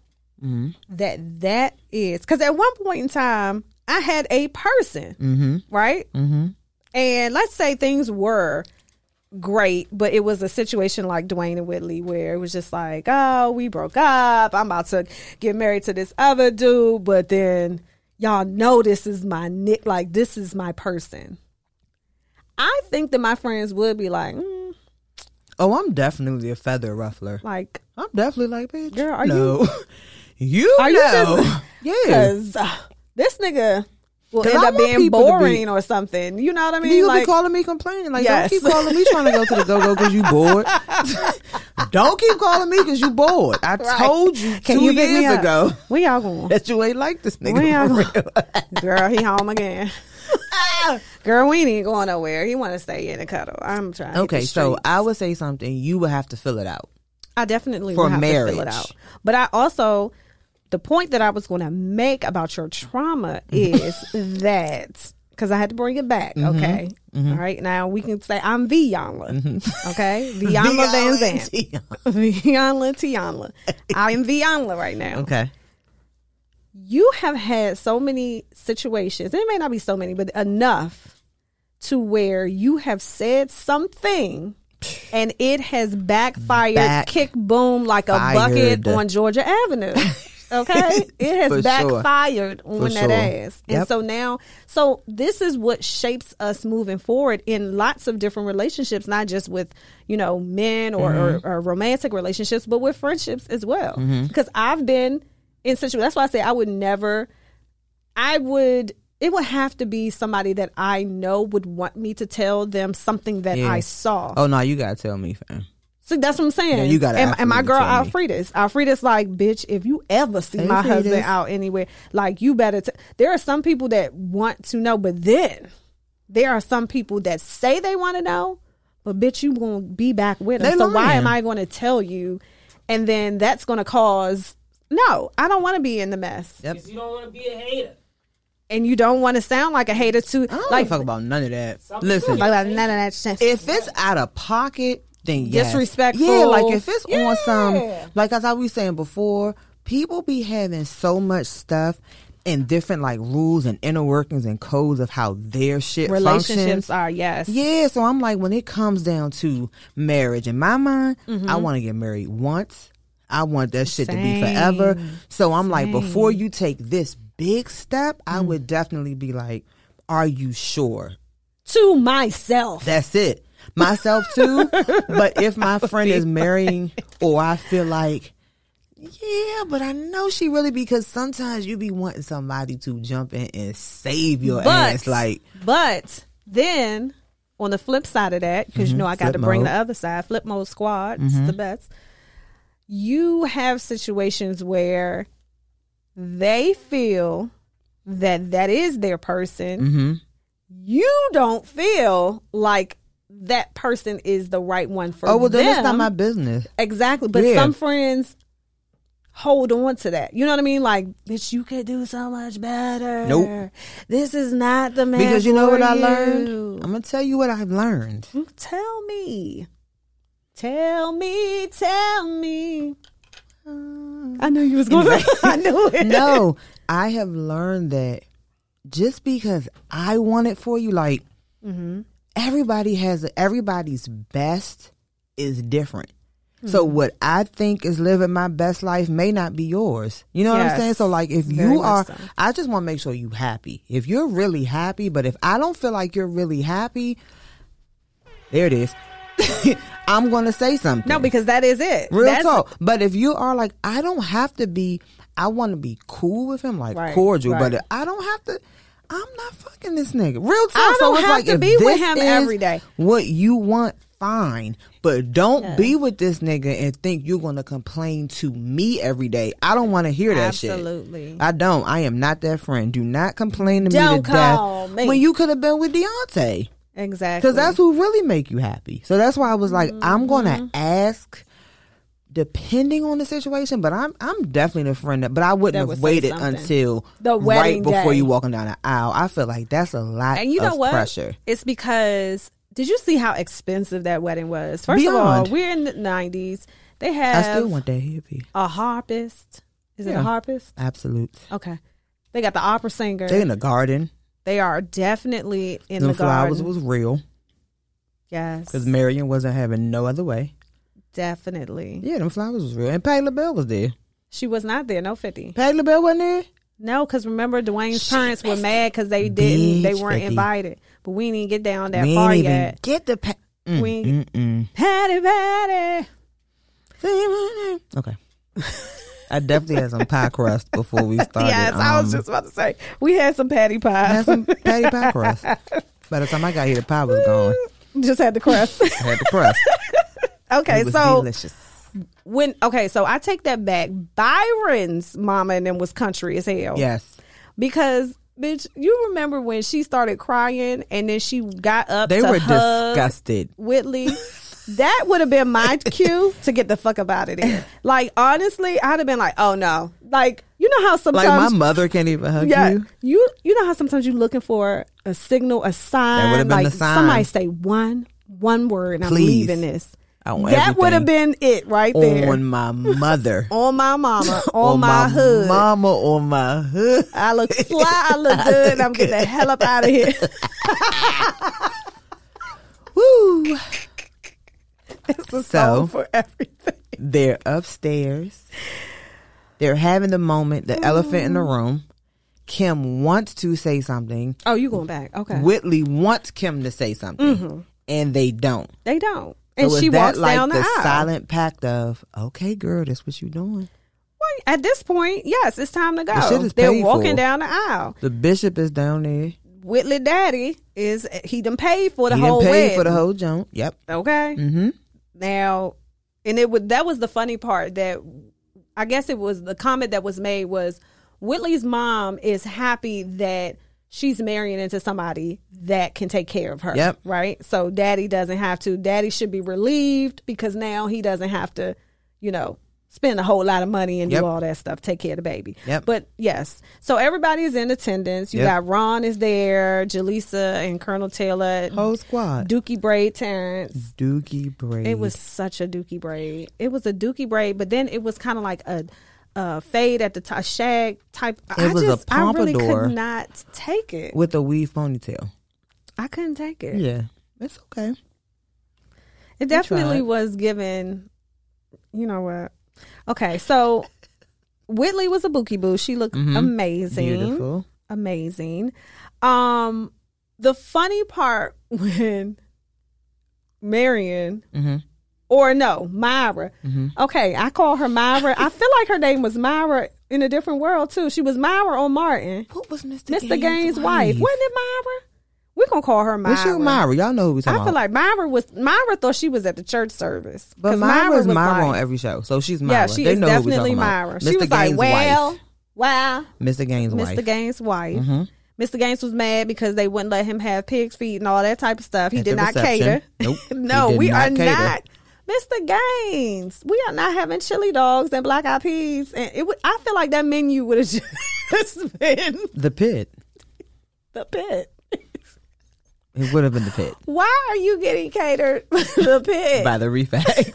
S1: that that is because at one point in time I had a person, right? Mm-hmm. And let's say things were great, but it was a situation like Dwayne and Whitley where it was just like, oh, we broke up. I'm about to get married to this other dude, but then y'all know this is my nick, like this is my person. I think that my friends would be like, mm,
S2: oh, I'm definitely a feather ruffler.
S1: like
S2: I'm definitely like, bitch.
S1: Girl, are
S2: no. <laughs> you? you
S1: Are you
S2: <laughs> know, yeah.
S1: because uh, this nigga will
S2: 'Cause
S1: end
S2: I
S1: up
S2: want
S1: being
S2: people to be-
S1: boring or something. You know what I mean?
S2: you
S1: like,
S2: be calling me complaining. Like,
S1: Yes.
S2: don't keep calling me trying to go to the go go because you bored. <laughs> don't keep calling me because you bored. I told you
S1: can
S2: two
S1: you pick me
S2: years
S1: up? <laughs>
S2: ago
S1: Where y'all going?
S2: <laughs> that you ain't like this nigga.
S1: Where y'all
S2: for real.
S1: Girl, he home again. <laughs> Girl, we ain't going nowhere. He want to stay in the cuddle. I'm trying. to hit
S2: okay,
S1: the
S2: so
S1: streets.
S2: I would say something. You would have to fill it out.
S1: I definitely
S2: For
S1: will have to fill it
S2: marriage.
S1: out. But I also the point that I was going to make about your trauma
S2: Mm-hmm.
S1: is
S2: <laughs>
S1: that because I had to bring it back. Okay,
S2: Mm-hmm.
S1: All right. Now we can say I'm Vionla.
S2: <laughs>
S1: Okay, Vionla Van Zandt. Vionla Tianla. I am Vionla right now.
S2: Okay.
S1: You have had so many situations, and it may not be so many, but enough to where you have said something and it has backfired,
S2: Back-
S1: kick boom like a bucket
S2: fired. <laughs>
S1: on Georgia Avenue. Okay, it has
S2: For sure.
S1: backfired on
S2: For
S1: that
S2: sure.
S1: ass, and
S2: Yep.
S1: so now, so this is what shapes us moving forward in lots of different relationships, not just with you know men or,
S2: Mm-hmm.
S1: or, or romantic relationships, but with friendships as well. Because I've been in situations. That's why I say I would never. I would. It would have to be somebody that I know would want me to tell them something that I
S2: Yes.
S1: saw.
S2: Oh no, you gotta tell me, fam.
S1: See, that's what I'm saying.
S2: Yeah, you gotta
S1: and, and my
S2: absolutely
S1: girl
S2: tell me.
S1: Alfreda's. Alfreda's like, bitch, if you ever see my husband
S2: Alfreda's.
S1: out anywhere, like you better. T-. There are some people that want to know, but then there are some people that say they want to know, but bitch, you gonna be back with them.
S2: They
S1: So why
S2: lying.
S1: am I going to tell you? And then that's going to cause. No, I don't want to be in the mess,
S2: Yep.
S5: Because you don't want to be a hater.
S1: and you don't want to sound like a hater too.
S2: I don't
S1: Like,
S2: talk about none of that.
S5: Some-
S2: Listen,
S1: like none of that shit.
S2: if it's out of pocket, then yes.
S1: Disrespectful.
S2: Yeah, like if it's
S1: Yeah.
S2: on some, like as I was saying before, people be having so much stuff and different like rules and inner workings and codes of how their shit
S1: relationships
S2: functions.
S1: are yes,
S2: Yeah, so I'm like, when it comes down to marriage, in my mind, I
S1: Mm-hmm.
S2: want to get married once. I want that shit to be forever. So I'm like, before you take this big step,
S1: Mm.
S2: I would definitely be like, are you sure?
S1: to myself.
S2: That's it. Myself too. but
S1: <laughs>
S2: if my friend is marrying, or I feel like, yeah, but I know she really because sometimes you be wanting somebody to jump in and save your ass. Like,
S1: but then on the flip side of that, because you know I got
S2: Mm-hmm. flip
S1: to bring the
S2: mode. Mm-hmm.
S1: other side, flip mode squad, it's the best. You have situations where they feel that that is their person.
S2: Mm-hmm.
S1: You don't feel like that person is the right one for
S2: oh well, then
S1: them.
S2: it's not my business.
S1: Exactly. But
S2: Yeah.
S1: some friends hold on to that. You know what I mean? Like, bitch, you could do so much better.
S2: Nope.
S1: This is not the man.
S2: Because you know
S1: for
S2: what I
S1: you. Mm,
S2: learned? I'm gonna tell you what I've learned.
S1: Tell me. Tell me, tell me. I knew you was going to. <laughs> I knew it.
S2: Uh, no, I have learned that just because I want it for you, like
S1: Mm-hmm.
S2: everybody has everybody's best is different. So
S1: Mm-hmm.
S2: what I think is living my best life may not be yours. You know what
S1: Yes.
S2: I'm saying? So like if
S1: Very
S2: you
S1: much
S2: are
S1: so.
S2: I just want to make sure you happy. If you're really happy, but if I don't feel like you're really happy, there it is. <laughs> I'm going to say something.
S1: No, because that is it.
S2: Real
S1: That's-
S2: talk. But if you are like, I don't have to be, I want to be cool with him, like
S1: Right,
S2: cordial,
S1: right.
S2: but I don't have to. I'm not fucking this nigga. Real talk.
S1: I
S2: so
S1: don't
S2: it's
S1: have
S2: like,
S1: to
S2: if
S1: be with
S2: this
S1: him
S2: is
S1: every day.
S2: What you want, fine. But don't be with this nigga and think you're gonna complain to me every day. I don't want to hear that
S1: Absolutely.
S2: shit. I don't. I am not that friend. Do not complain to me
S1: Don't
S2: to
S1: call
S2: death
S1: me.
S2: when you could have been with Deontay
S1: Exactly. Mm-hmm.
S2: because that's who really make you happy. So that's why I was like, I'm gonna ask, depending on the situation. But I'm I'm definitely the friend that. But I
S1: That
S2: wouldn't
S1: would say
S2: have waited
S1: something.
S2: until
S1: The wedding
S2: right before
S1: day.
S2: you walking down the aisle. I feel like that's a lot.
S1: And you
S2: of
S1: know what?
S2: Pressure.
S1: It's because did you see how expensive that wedding was? First
S2: Beyond.
S1: of all, we're in the nineties. They
S2: I
S1: have
S2: still want that hippie.
S1: a harpist. Is it a
S2: Yeah.
S1: harpist?
S2: Absolute.
S1: Okay. They got the opera singer.
S2: They
S1: They,
S2: in the garden.
S1: are definitely in
S2: Them
S1: the
S2: flowers
S1: garden.
S2: was real
S1: yes,
S2: because Marion wasn't having no other way.
S1: definitely.
S2: Yeah, them flowers was real, and Patty LaBelle was there.
S1: She was not there. No fifty.
S2: Patty LaBelle wasn't there.
S1: No, because remember Dwayne's parents were mad because they didn't. They
S2: Bitch,
S1: weren't
S2: 50.
S1: invited. But we didn't get down that
S2: we
S1: far
S2: ain't even
S1: yet.
S2: get the. Pa- Mm,
S1: We-
S2: mm, mm.
S1: Patty, Patty.
S2: Okay. I definitely had some pie crust before we started.
S1: Yes, I was
S2: Um,
S1: just about to say we had some patty pie.
S2: I had some patty pie crust. By the time I got here, the pie was gone.
S1: just had the
S2: <laughs>
S1: crust.
S2: I had the crust.
S1: okay,
S2: it was
S1: so
S2: delicious.
S1: when okay, so I take that back. Byron's mama and them was country as hell.
S2: Yes,
S1: because bitch, you remember when she started crying and then she got up.
S2: they
S1: to
S2: were
S1: hug
S2: disgusted. <laughs>
S1: Whitley. That would have been my cue to get the fuck up out of
S2: <laughs>
S1: there. Like honestly, I'd have been like, "Oh no!" Like you know how sometimes
S2: Like my mother can't even hug
S1: Yeah,
S2: you.
S1: you you know how sometimes you're looking for a signal, a sign.
S2: would've been
S1: like
S2: the sign.
S1: somebody say one one word, and
S2: Please.
S1: I'm leaving this.
S2: I want
S1: that would have
S2: everything
S1: been it right there.
S2: on my mother,
S1: On my
S2: <laughs>
S1: mama, <laughs> on, my, hood.
S2: mama, on
S1: <laughs>
S2: my hood.
S1: I
S2: <laughs>
S1: look fly, I look good. I'm getting the hell up out of here.
S2: Woo!
S1: It's a <laughs>
S2: So- Oh.
S1: song for everything.
S2: They're upstairs. They're having the moment, the elephant in the room. Kim wants to say something.
S1: Oh, you going back? Okay.
S2: Whitley wants Kim to say something, and they don't.
S1: they don't. And
S2: so
S1: she
S2: is that
S1: walks
S2: like
S1: down the,
S2: the
S1: aisle.
S2: silent pact of okay, girl, that's what you doing.
S1: Well, At this point, yes, it's time to go.
S2: shit is
S1: They're
S2: paid
S1: walking
S2: for.
S1: down the aisle.
S2: The bishop is down there.
S1: Whitley Daddy is he done paid for the
S2: he
S1: whole
S2: didn't pay
S1: wedding.
S2: for the whole jump. Yep.
S1: Okay. Mm-hmm. Now, and it would that was the funny part that I guess it was the comment that was made was Whitley's mom is happy that she's marrying into somebody that can take care of her.
S2: Yep.
S1: Right. So daddy doesn't have to. Daddy should be relieved because now he doesn't have to, you know, spend a whole lot of money and
S2: Yep.
S1: do all that stuff, take care of the baby.
S2: Yep.
S1: But yes. So everybody is in attendance. You
S2: Yep.
S1: got Ron is there, Jaleesa and Colonel Taylor.
S2: Whole squad.
S1: Dookie braid Terrence.
S2: Doogie Braid.
S1: It was such a dookie braid. It was a dookie braid, but then it was kind of like a, a fade at the top, shag type. I
S2: It was a
S1: just, I really
S2: pompadour.
S1: could not take it.
S2: with a weave ponytail.
S1: I couldn't take it.
S2: Yeah. It's okay.
S1: It definitely
S2: tried.
S1: was given. You know what? Okay, so Whitley was a bookie boo. She looked amazing.
S2: Mm-hmm. Beautiful.
S1: amazing. Um, the funny part <laughs> when Marion
S2: Mm-hmm.
S1: or no Myra, okay, I call her Myra. I feel like her name was Myra in a different world too. She was Myra on Martin,
S2: What was Mr.
S1: Mr. Gaines' wife. Wasn't it Myra? We're gonna call her Myra.
S2: What's your Myra? Y'all know who we talking
S1: I feel
S2: about.
S1: like Myra was Myra thought she was at the church service,
S2: But
S1: 'Cause
S2: Myra's
S1: was
S2: Myra
S1: like-
S2: on every show, so she's Myra.
S1: Yeah, she
S2: they
S1: is
S2: know who we
S1: definitely
S2: talking about.
S1: Myra.
S2: Mr.
S1: She was like,
S2: Gaines'
S1: well,
S2: wife.
S1: wow.
S2: Mr. Gaines' wife. Mm-hmm.
S1: Mr. Gaines' wife. Mr. Gaines was mad because they wouldn't let him have pig's feet and all that type of stuff. He
S2: At
S1: did
S2: the
S1: not
S2: reception.
S1: cater. <laughs>
S2: Nope.
S1: no,
S2: He did
S1: we
S2: not
S1: are
S2: cater.
S1: not. Mr. Gaines, we are not having chili dogs and black eyed peas. And it would, I feel like that menu would have <laughs> just been
S2: The pit.
S1: the pit.
S2: It would have been the pit
S1: Why are you getting catered <laughs> the pit?
S2: by the refact.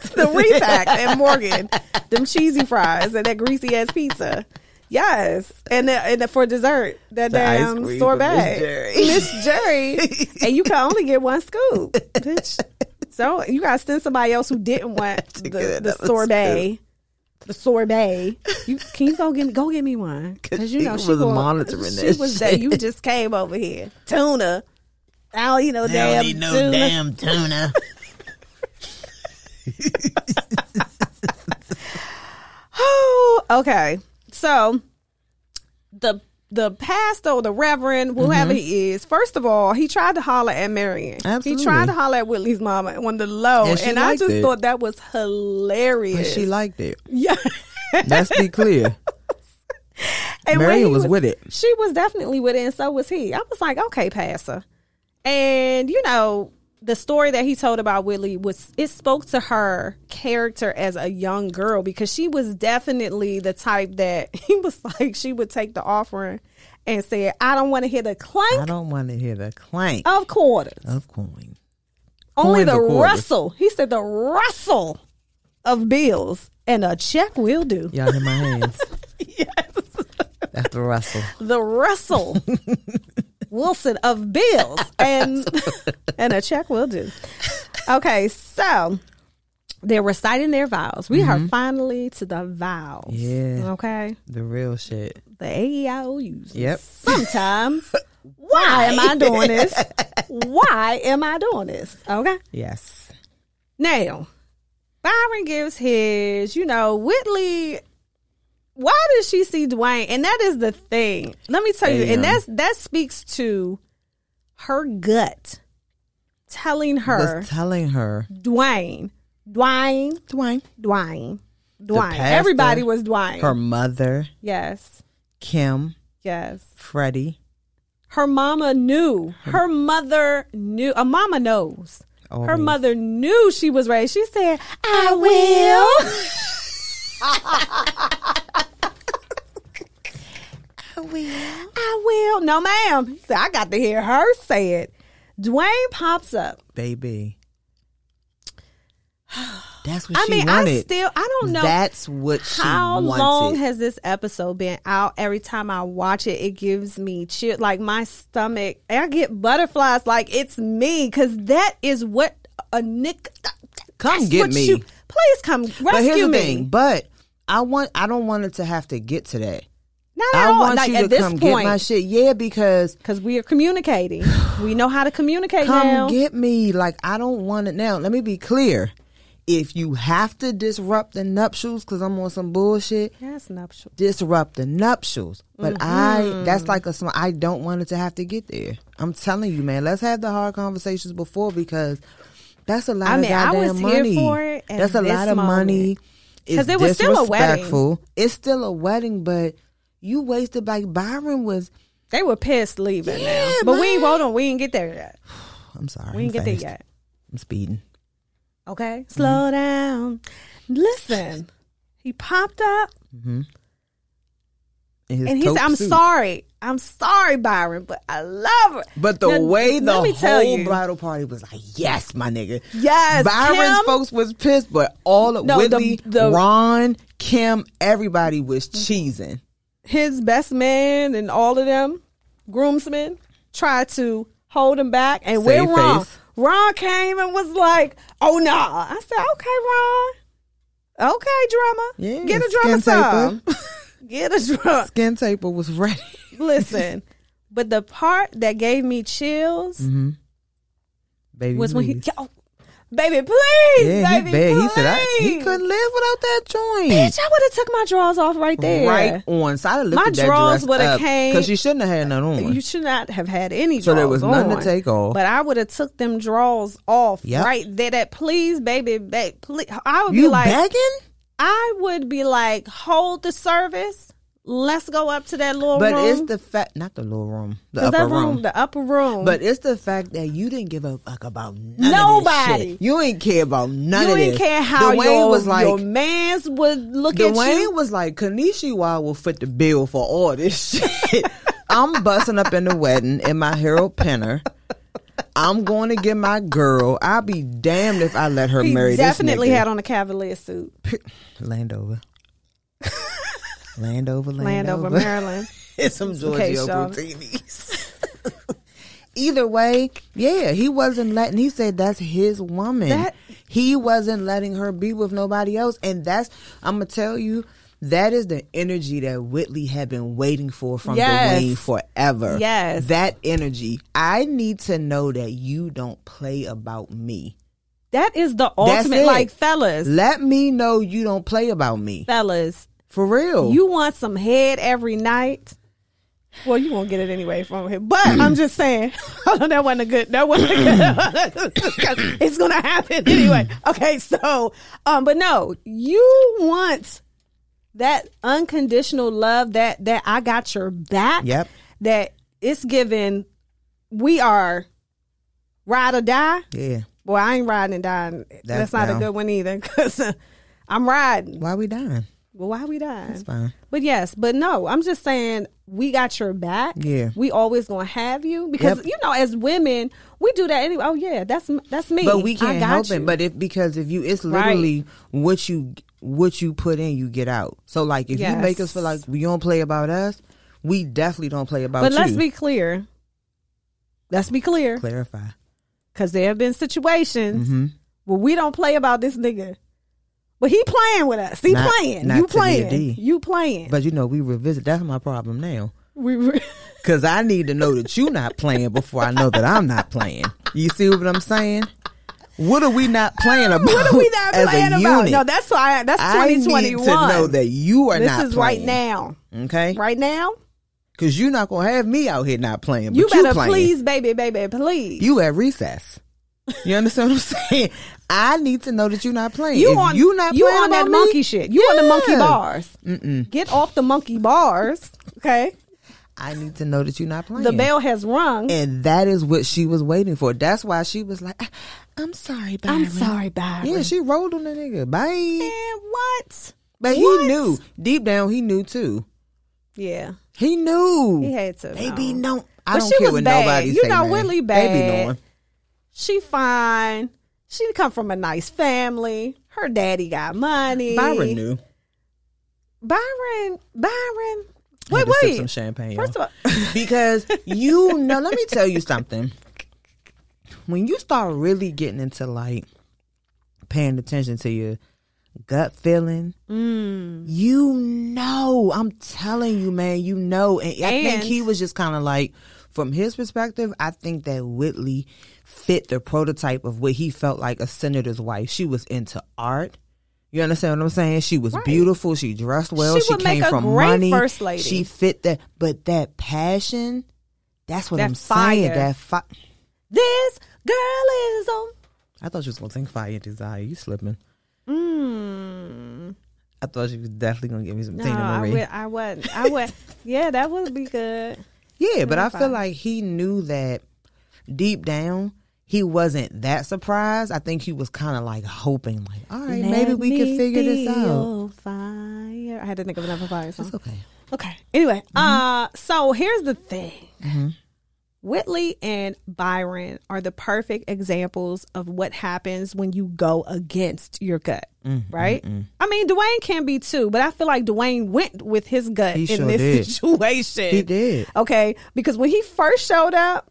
S1: <laughs> the refact and Morgan, them cheesy fries and that greasy ass pizza. Yes, and the, and the, for dessert that
S2: The ice
S1: damn
S2: cream
S1: sorbet, <laughs>
S2: from
S1: Miss
S2: <laughs>
S1: Jerry, and you can only get one scoop, bitch. So you gotta send somebody else who didn't
S2: <laughs>
S1: want the,
S2: get
S1: the
S2: another
S1: sorbet. The sorbet. You can you go get me go get me one
S2: <laughs> 'Cause
S1: because you
S2: she
S1: know she
S2: was
S1: gonna-
S2: monitoring
S1: She
S2: that
S1: was that
S2: shit.
S1: you just came over here tuna. I don't eat no damn tuna.
S2: tuna.
S1: Oh, <gasps> okay. So the the pastor or the reverend, whoever
S2: Mm-hmm.
S1: he is, first of all, he tried to holler at Marion.
S2: Absolutely.
S1: He tried to holler at Whitley's mama on the low.
S2: And
S1: And,
S2: she
S1: I
S2: liked
S1: just
S2: it.
S1: thought that was
S2: But
S1: hilarious.
S2: she liked it.
S1: <laughs> yeah.
S2: Let's be clear.
S1: and when
S2: Marion
S1: he
S2: was with it.
S1: She was definitely with it, and so was he. I was like, okay, pastor. And you know, the story that he told about Whitley was it spoke to her character as a young girl because she was definitely the type that <laughs> he was like she would take the offering and said, "I don't want to hear the
S2: I
S1: clank
S2: don't want to hear the clank
S1: of quarters,
S2: of coin.
S1: only
S2: coins
S1: the
S2: or quarters."
S1: rustle." He said, "The rustle of bills and a check will do."
S2: Y'all in
S1: <laughs>
S2: my hands. yes. That's the rustle.
S1: the
S2: <laughs>
S1: Russell Wilson of bills and and a check will do. Okay, so they're reciting their vows. We are finally to the vows.
S2: Mm-hmm. Yeah.
S1: Okay.
S2: The real shit.
S1: The AEIOUs.
S2: Yep.
S1: Sometimes.
S2: <laughs>
S1: Why am I doing this? Why am I doing this? Okay.
S2: Yes.
S1: Now, Byron gives his, you know, Whitley. Why does she see Dwayne? And that is the thing. Let me tell you, and
S2: Damn.
S1: that's that speaks to her gut telling her
S2: Was telling her.
S1: Dwayne, Dwayne,
S2: Dwayne.
S1: Dwayne, Dwayne.
S2: pastor,
S1: Everybody was Dwayne.
S2: Her mother,
S1: yes,
S2: Kim,
S1: yes.
S2: Freddie.
S1: Her mama knew. Her mother knew. A mama knows. Her
S2: Always.
S1: mother knew she was raised. She said, "I will." I will. No, ma'am. He said, I got to hear her say it. Dwayne pops up. <sighs>
S2: Baby. That's what
S1: I
S2: she
S1: mean,
S2: wanted.
S1: I still, I don't know
S2: That's what she
S1: how
S2: wanted.
S1: long has this episode been out. Every time I watch it, it gives me chill, like my stomach. and I get butterflies, like it's me, because that is what a Nick.
S2: Come
S1: that's
S2: get
S1: what
S2: me.
S1: you- please come rescue
S2: but here's the
S1: me.
S2: thing. But I want. I don't want it to have to get to that.
S1: Not at
S2: I
S1: all.
S2: want
S1: like
S2: you
S1: at
S2: to
S1: this
S2: come get my
S1: point,
S2: shit. Yeah, because
S1: because we are
S2: <sighs>
S1: communicating. we know how to communicate
S2: come
S1: now.
S2: get me. Like I don't want it now. Let me be clear. If you have to disrupt the nuptials because I'm on some bullshit,
S1: That's nuptial.
S2: disrupt the nuptials. But I,
S1: Mm-hmm.
S2: that's like a small, I don't want it to have to get there. I'm telling you, man, let's have the hard conversations before because that's a lot
S1: I
S2: of
S1: mean, I
S2: goddamn
S1: was here
S2: money.
S1: for it at
S2: that's a
S1: this
S2: lot of money.
S1: moment.
S2: It's
S1: 'Cause it was still a wedding.
S2: disrespectful. It's still a wedding, but you wasted, like Byron was,
S1: They were pissed leaving
S2: Yeah,
S1: now, but we ain't
S2: man.
S1: hold on. We ain't get there yet.
S2: I'm sorry.
S1: We
S2: I'm
S1: ain't get there
S2: fast.
S1: yet.
S2: I'm speeding.
S1: Okay,
S2: Mm-hmm.
S1: slow down. Listen, he popped up
S2: In his
S1: and he said,
S2: taupe
S1: "I'm
S2: suit.
S1: sorry, I'm sorry, Byron, but I love her."
S2: But the
S1: Now,
S2: way the
S1: let me
S2: whole
S1: tell you,
S2: bridal party was like, yes, my nigga.
S1: Yes,
S2: Byron's
S1: Kim.
S2: folks was pissed, but all of
S1: No, the-
S2: Whitley,
S1: the-
S2: Ron, Kim, everybody was cheesing.
S1: his best man and all of them groomsmen tried to hold him back, and
S2: Save
S1: we're wrong.
S2: face.
S1: Ron came and was like, "Oh no!" Nah. I said, "Okay, Ron. Okay, drama.
S2: Yeah,
S1: Get a
S2: skin
S1: drama some.
S2: taper.
S1: <laughs> Get a drama.
S2: Skin taper was ready.
S1: Listen." But the part that gave me chills
S2: <laughs> Baby,
S1: was when he, <laughs>
S2: please.
S1: yo, baby, please,
S2: Mm-hmm. yeah,
S1: baby,
S2: he begged.
S1: please.
S2: He said I, he couldn't live without that joint.
S1: Bitch, I would have took my drawers off right there.
S2: Right on. So I looked
S1: My
S2: at that
S1: drawers
S2: dress
S1: would've
S2: up
S1: came-
S2: because she shouldn't have had none on.
S1: You should not have had any.
S2: So there
S1: drawers
S2: was nothing to
S1: on.
S2: take off.
S1: But I would have took them drawers off
S2: Yep.
S1: right there. That please, baby, babe, please. I would be
S2: you
S1: like,
S2: begging?
S1: I would be like, hold the service. Let's go up to that little
S2: But
S1: room.
S2: it's the fact, not the little room, the
S1: 'Cause
S2: upper
S1: that room,
S2: room.
S1: the upper room.
S2: But it's the fact that you didn't give a fuck about none Of this
S1: Nobody.
S2: shit. You ain't care about none
S1: you
S2: of this.
S1: didn't care how
S2: Dwayne
S1: your,
S2: was like.
S1: your man's would look at
S2: Dwayne
S1: you.
S2: was like, Kanishiwa will foot the bill for all this shit. <laughs> I'm busting up in the wedding in my Harold Penner. I'm going to get my girl. I'll be damned if I let her
S1: He
S2: marry
S1: definitely
S2: this nigga.
S1: had on a cavalier suit.
S2: Landover. Landover,
S1: Landover, Maryland.
S2: and <laughs> some
S1: Okay,
S2: Giorgio
S1: Sean.
S2: Brutinis. <laughs> Either way, yeah, he wasn't letting. He said that's his woman.
S1: That-
S2: he wasn't letting her be with nobody else, and that's I'm gonna tell you that is the energy that Whitley had been waiting for from
S1: Yes.
S2: Dwayne forever.
S1: Yes.
S2: that energy. I need to know that you don't play about me.
S1: That is the
S2: <laughs> That's
S1: ultimate.
S2: it.
S1: Like, fellas,
S2: Let me know you don't play about me
S1: fellas,
S2: for real.
S1: you want some head every night. Well, you won't get it anyway from him. But
S2: Mm.
S1: I'm just saying, <laughs> that wasn't a good. That wasn't a good. 'cause
S2: <clears throat>
S1: it's gonna happen anyway. Okay, so, um, but no, you want that unconditional love. That that I got your back.
S2: Yep.
S1: That it's given. We are ride or die.
S2: yeah.
S1: Well, I ain't riding and dying. That's, not
S2: no.
S1: a good one either. Cause <laughs> uh, I'm riding.
S2: Why we dying?
S1: Well, why we dying?
S2: It's fine.
S1: But yes, but no, I'm just saying we got your back.
S2: Yeah.
S1: we always gonna have you because
S2: Yep.
S1: you know, as women, we do that anyway. Oh yeah, that's that's me.
S2: But we
S1: I
S2: can't
S1: got
S2: help
S1: you.
S2: it. But if because if you, it's
S1: Right.
S2: literally what you what you put in, you get out. So like if you make us feel like
S1: Yes.
S2: you don't play about us, we definitely don't play about
S1: but
S2: you.
S1: let's be clear. Let's be clear
S2: clarify.
S1: because there have been situations
S2: Mm-hmm.
S1: where we don't play about this nigga, but he playing with us. He
S2: Not-
S1: playing.
S2: not
S1: you
S2: to be a
S1: playing.
S2: D.
S1: You playing.
S2: But you know we revisit. That's my problem now
S1: we, we
S2: because I need to know that you're not playing before I know that I'm not playing. You see what I'm saying? What are we not playing
S1: <laughs>
S2: about?
S1: what are we not
S2: <laughs> as
S1: playing
S2: a
S1: about?
S2: Unit?
S1: No, that's why. That's
S2: I need to
S1: 2021.
S2: know that you are
S1: this
S2: not.
S1: is right
S2: playing,
S1: now.
S2: okay?
S1: Right now,
S2: Because you're not gonna have me out here not playing. But
S1: you better
S2: playing.
S1: please, baby, baby, please.
S2: you at recess. You understand what I'm saying? I need to know that you're not playing.
S1: You
S2: If
S1: on
S2: you not
S1: you
S2: playing
S1: on that
S2: about me,
S1: monkey shit. You on the monkey
S2: yeah.
S1: bars. Get off the monkey bars. Okay,
S2: I need to know that you're not playing.
S1: the bell has rung.
S2: and that is what she was waiting for. That's why she was like, "I- "I'm sorry, Byron."
S1: I'm sorry, Byron.
S2: Yeah, she rolled on the nigga. Bye.
S1: Man, what?
S2: But
S1: What?
S2: he knew deep down. He knew too.
S1: Yeah,
S2: He knew.
S1: he had to.
S2: They
S1: know.
S2: be no. I
S1: But
S2: don't
S1: she
S2: care
S1: was
S2: what
S1: bad.
S2: nobody
S1: You
S2: say,
S1: know,
S2: man.
S1: Whitley
S2: They be
S1: bad.
S2: knowing.
S1: She fine. She come from a nice family. Her daddy got money.
S2: Byron knew.
S1: Byron. Byron. Wait,
S2: Had to sip
S1: wait.
S2: some champagne. y'all.
S1: First of all, <laughs>
S2: because you know let me tell you something when you start really getting into like paying attention to your gut feeling. You know, I'm telling you, man, you know. And, I
S1: And-
S2: think he was just kind of like, from his perspective, I think that Whitley fit the prototype of what he felt like a senator's wife. She was into art. You understand what I'm saying? She was beautiful. She dressed well.
S1: She
S2: She,
S1: would make
S2: came
S1: a
S2: from
S1: great
S2: money.
S1: first lady.
S2: She fit that, but that passion. That's what
S1: That
S2: I'm
S1: fire.
S2: saying. That fire.
S1: This girl is on.
S2: I thought you was gonna sing "Fire Desire." You slipping? Mm.
S1: Mm.
S2: I thought you was definitely gonna give me some
S1: No,
S2: Tina
S1: I
S2: Marie.
S1: would. I would. I would. yeah, that would be good.
S2: Yeah, but I
S1: Fire.
S2: feel like he knew that deep down he wasn't that surprised. I think he was kind of like hoping, like, all right, maybe
S1: Let
S2: we
S1: me
S2: can figure this out.
S1: feel Fire. I had to think of another fire song.
S2: It's okay. Mm-hmm.
S1: Okay. Anyway, uh, so here's the thing. Whitley and Byron are the perfect examples of what happens when you go against your gut,
S2: Mm-hmm,
S1: right? I mean, Dwayne can be too, but I feel like Dwayne went with his gut
S2: He
S1: in
S2: sure
S1: this <laughs>
S2: did.
S1: situation.
S2: He did.
S1: Okay, because when he first showed up,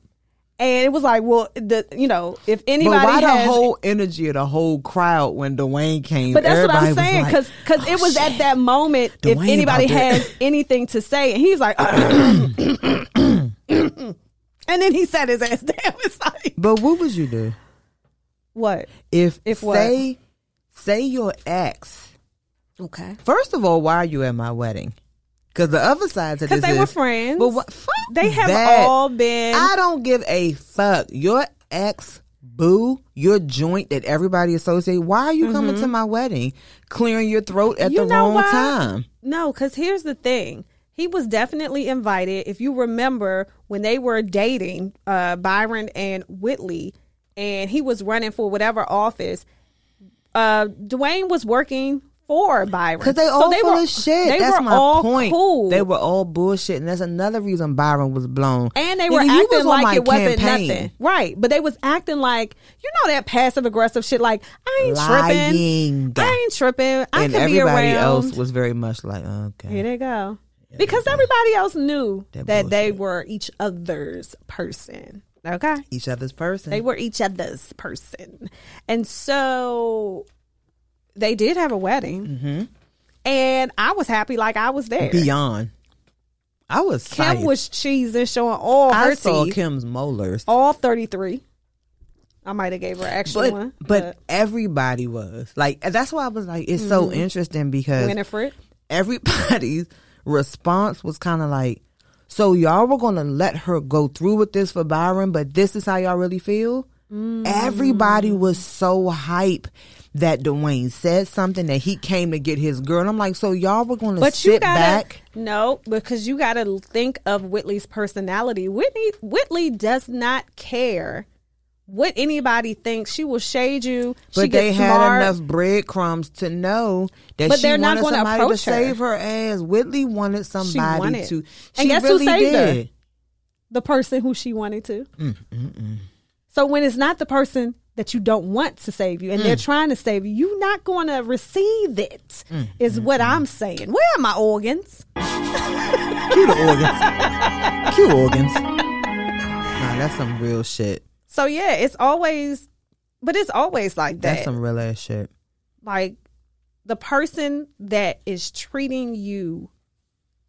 S1: and it was like, well, the you know, if anybody
S2: but why
S1: has
S2: the whole energy of the whole crowd when Dwayne came?
S1: but that's what I'm
S2: Everybody was
S1: saying,
S2: like,
S1: because it
S2: "Oh,
S1: was at
S2: shit."
S1: that moment if
S2: Dwayne about
S1: anybody
S2: to- <clears throat>
S1: has anything to say, and he's like, <clears throat> and then he sat his ass down. <laughs> It's like
S2: But what would you do
S1: what?
S2: if
S1: If what?
S2: say say your ex?
S1: Okay,
S2: First of all, why are you at my wedding? Because the other side to this
S1: because they
S2: is,
S1: were friends.
S2: But what? Fuck
S1: They have
S2: that.
S1: all been.
S2: I don't give a fuck. Your ex boo, your joint that everybody associate. Why are you coming to my wedding, clearing your throat at
S1: Mm-hmm. You
S2: the
S1: know
S2: wrong
S1: why?
S2: time?
S1: No, because here's the thing. He was definitely invited. If you remember when they were dating, uh, Byron and Whitley, and he was running for whatever office, uh, Dwayne was working for Byron.
S2: Because they
S1: So
S2: all full
S1: were-
S2: of shit.
S1: They
S2: That's
S1: were
S2: my
S1: all
S2: point.
S1: cool.
S2: They were all bullshit, and that's another reason Byron was blown.
S1: and they
S2: Nigga,
S1: were
S2: you was
S1: acting
S2: on my
S1: like it wasn't
S2: campaign.
S1: nothing, right? But they was acting like you know that passive aggressive shit. Like I ain't
S2: Lying.
S1: tripping. I ain't tripping. I
S2: and
S1: could be
S2: everybody
S1: around.
S2: else was very much like, okay.
S1: Here they go. Because everybody else knew that,
S2: That
S1: they
S2: bullshit.
S1: were each other's person. Okay.
S2: Each other's person.
S1: They were each other's person. And so they did have a wedding. And I was happy like I was there.
S2: Mm-hmm. beyond. I was
S1: Kim
S2: psyched.
S1: was cheesing, showing all
S2: I
S1: her
S2: saw
S1: teeth.
S2: Kim's molars.
S1: All 33. I might have gave her an extra
S2: but,
S1: one.
S2: but everybody was like and that's why I was like it's so
S1: Mm-hmm.
S2: interesting because
S1: Winifred.
S2: everybody's <laughs> response was kind of like so y'all were gonna let her go through with this for Byron but this is how y'all really feel
S1: Mm.
S2: everybody was so hype that Dwayne said something that he came to get his girl And I'm like so y'all were gonna
S1: But
S2: sit
S1: you gotta
S2: back
S1: no, because you gotta think of Whitley's personality. Whitney Whitley does not care what anybody thinks. She will shade you. she
S2: but they
S1: gets
S2: had
S1: smart.
S2: enough breadcrumbs to know that
S1: But
S2: she
S1: they're not
S2: wanted
S1: gonna
S2: somebody to
S1: approach her.
S2: save her ass. Whitley wanted somebody
S1: wanted.
S2: to.
S1: And
S2: She
S1: guess who
S2: really
S1: saved her?
S2: did.
S1: the person who she wanted to.
S2: Mm,
S1: So when it's not the person that you don't want to save you and
S2: Mm.
S1: they're trying to save you, you're not going to receive it. Is
S2: Mm,
S1: what I'm saying. Where are my organs?
S2: Cue the organs. Cue organs. Nah, that's some real shit.
S1: So yeah, it's always, but it's always like that.
S2: That's some real ass shit.
S1: like the person that is treating you